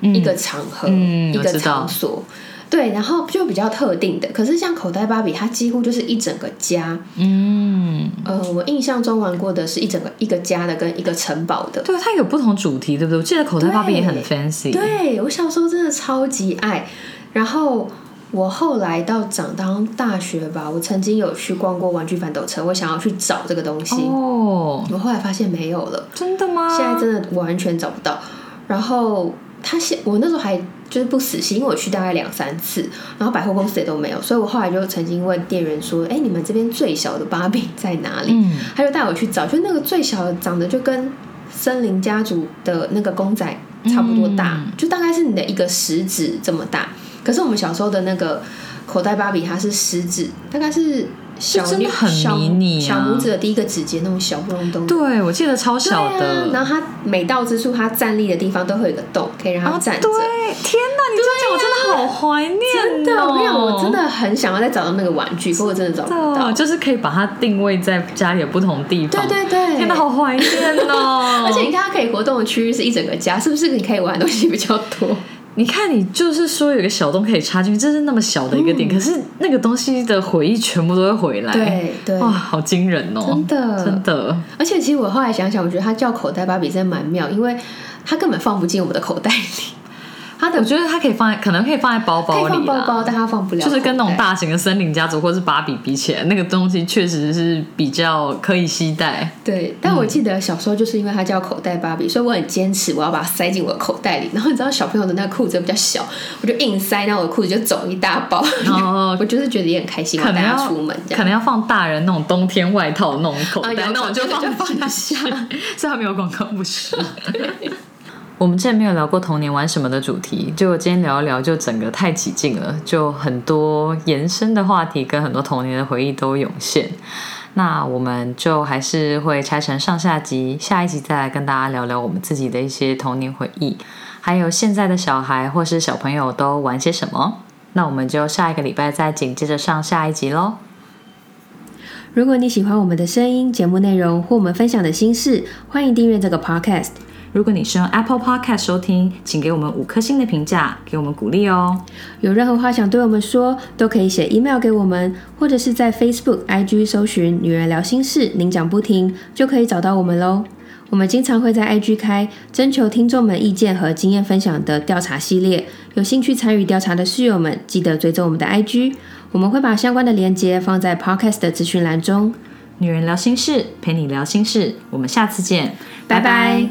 S2: 一个场合、
S1: 嗯
S2: 一
S1: 我
S2: 个
S1: 知道
S2: 场所，对，然后就比较特定的。可是像口袋芭比，它几乎就是一整个家。
S1: 嗯，
S2: 呃，我印象中玩过的是一整个一个家的跟一个城堡的。
S1: 对，它有不同主题，对不对？我记得口袋芭比也很
S2: 对
S1: fancy。
S2: 对我小时候真的超级爱，然后我后来到长到大学吧，我曾经有去逛过玩具反斗城，我想要去找这个东西，
S1: 哦，
S2: 我后来发现没有了，
S1: 真的吗？
S2: 现在真的完全找不到。然后他现我那时候还就是不死心，因为我去大概两三次，然后百货公司也都没有，所以我后来就曾经问店员说：“哎，你们这边最小的芭比在哪里？”
S1: 嗯
S2: 他就带我去找，就那个最小的长得就跟森林家族的那个公仔差不多大，
S1: 嗯
S2: 就大概是你的一个食指这么大。可是我们小时候的那个口袋芭比，它是食指，大概是小
S1: 就真的
S2: 拇
S1: 很
S2: 小
S1: 迷你啊
S2: 小拇指的第一个指节那种小不隆咚的。
S1: 对，我记得超
S2: 对
S1: 小
S2: 啊
S1: 的。，
S2: 然后它每到之处，它站立的地方都会有一个洞，可以让它
S1: 啊，
S2: 站着。
S1: 对，天哪！你这样讲，我真的好怀念哦。
S2: 真的，我跟你讲，我真的很想要再找到那个玩具，可我真的找不到
S1: 的，。哦就是可以把它定位在家里的不同地
S2: 对
S1: 方。
S2: 对对，
S1: 天哪，好怀念哦！
S2: 而且你看，它可以活动的区域是一整个家，是不是你可以玩的东西比较 多？
S1: 你看，你就是说有一个小洞可以插进去，这是那么小的一个点，可是那个东西的回忆全部都会回来。
S2: 对对
S1: 哎哇，好惊人哦！
S2: 真的
S1: 真的，
S2: 而且其实我后来想想，我觉得它叫口袋芭比真的蛮妙，因为它根本放不进我们的口袋里，它的
S1: 我觉得它可以放在，可能可以放在包
S2: 可以
S1: 包
S2: 放
S1: 里
S2: 包
S1: 啦。
S2: 包，但它放不了口
S1: 就
S2: 袋，
S1: 是跟那种大型的森林家族或是芭比比起来，那个东西确实是比较可以携带。
S2: 对。但我
S1: 嗯
S2: 记得小时候就是因为它叫口袋芭比，所以我很坚持我要把它塞进我的口袋里。然后你知道小朋友的那个裤子比较小，我就硬塞，然后我的裤子就走一大包。
S1: 然后
S2: 我就是觉得也很开心，我
S1: 可能
S2: 带
S1: 要
S2: 它出门这
S1: 哦可
S2: 样。
S1: 能哦要放大人那种冬天外套那种口
S2: 啊
S1: 袋，
S2: 有
S1: 那种就
S2: 口袋就
S1: 放
S2: 放
S1: 不
S2: 得
S1: 下
S2: 下，
S1: 虽然没有广告不 是。我们之前没有聊过童年玩什么的主题，就今天聊一聊，就整个太起劲了，就很多延伸的话题跟很多童年的回忆都涌现。那我们就还是会拆成上下集，下一集再来跟大家聊聊我们自己的一些童年回忆，还有现在的小孩或是小朋友都玩些什么。那我们就下一个礼拜再紧接着上下一集喽。
S2: 如果你喜欢我们的声音、节目内容或我们分享的心事，欢迎订阅这个 podcast。
S1: 如果你是用 Apple Podcast 收听，请给我们五颗星的评价，给我们鼓励哦。
S2: 有任何话想对我们说，都可以写 email 给我们，或者是在 Facebook、IG 搜寻“女人聊心事”，您讲不停就可以找到我们喽。我们经常会在 IG 开征求听众们意见和经验分享的调查系列，有兴趣参与调查的室友们，记得追踪我们的 IG，我们会把相关的链接放在 Podcast 的资讯栏中。
S1: 女人聊心事，陪你聊心事，我们下次见，
S2: 拜拜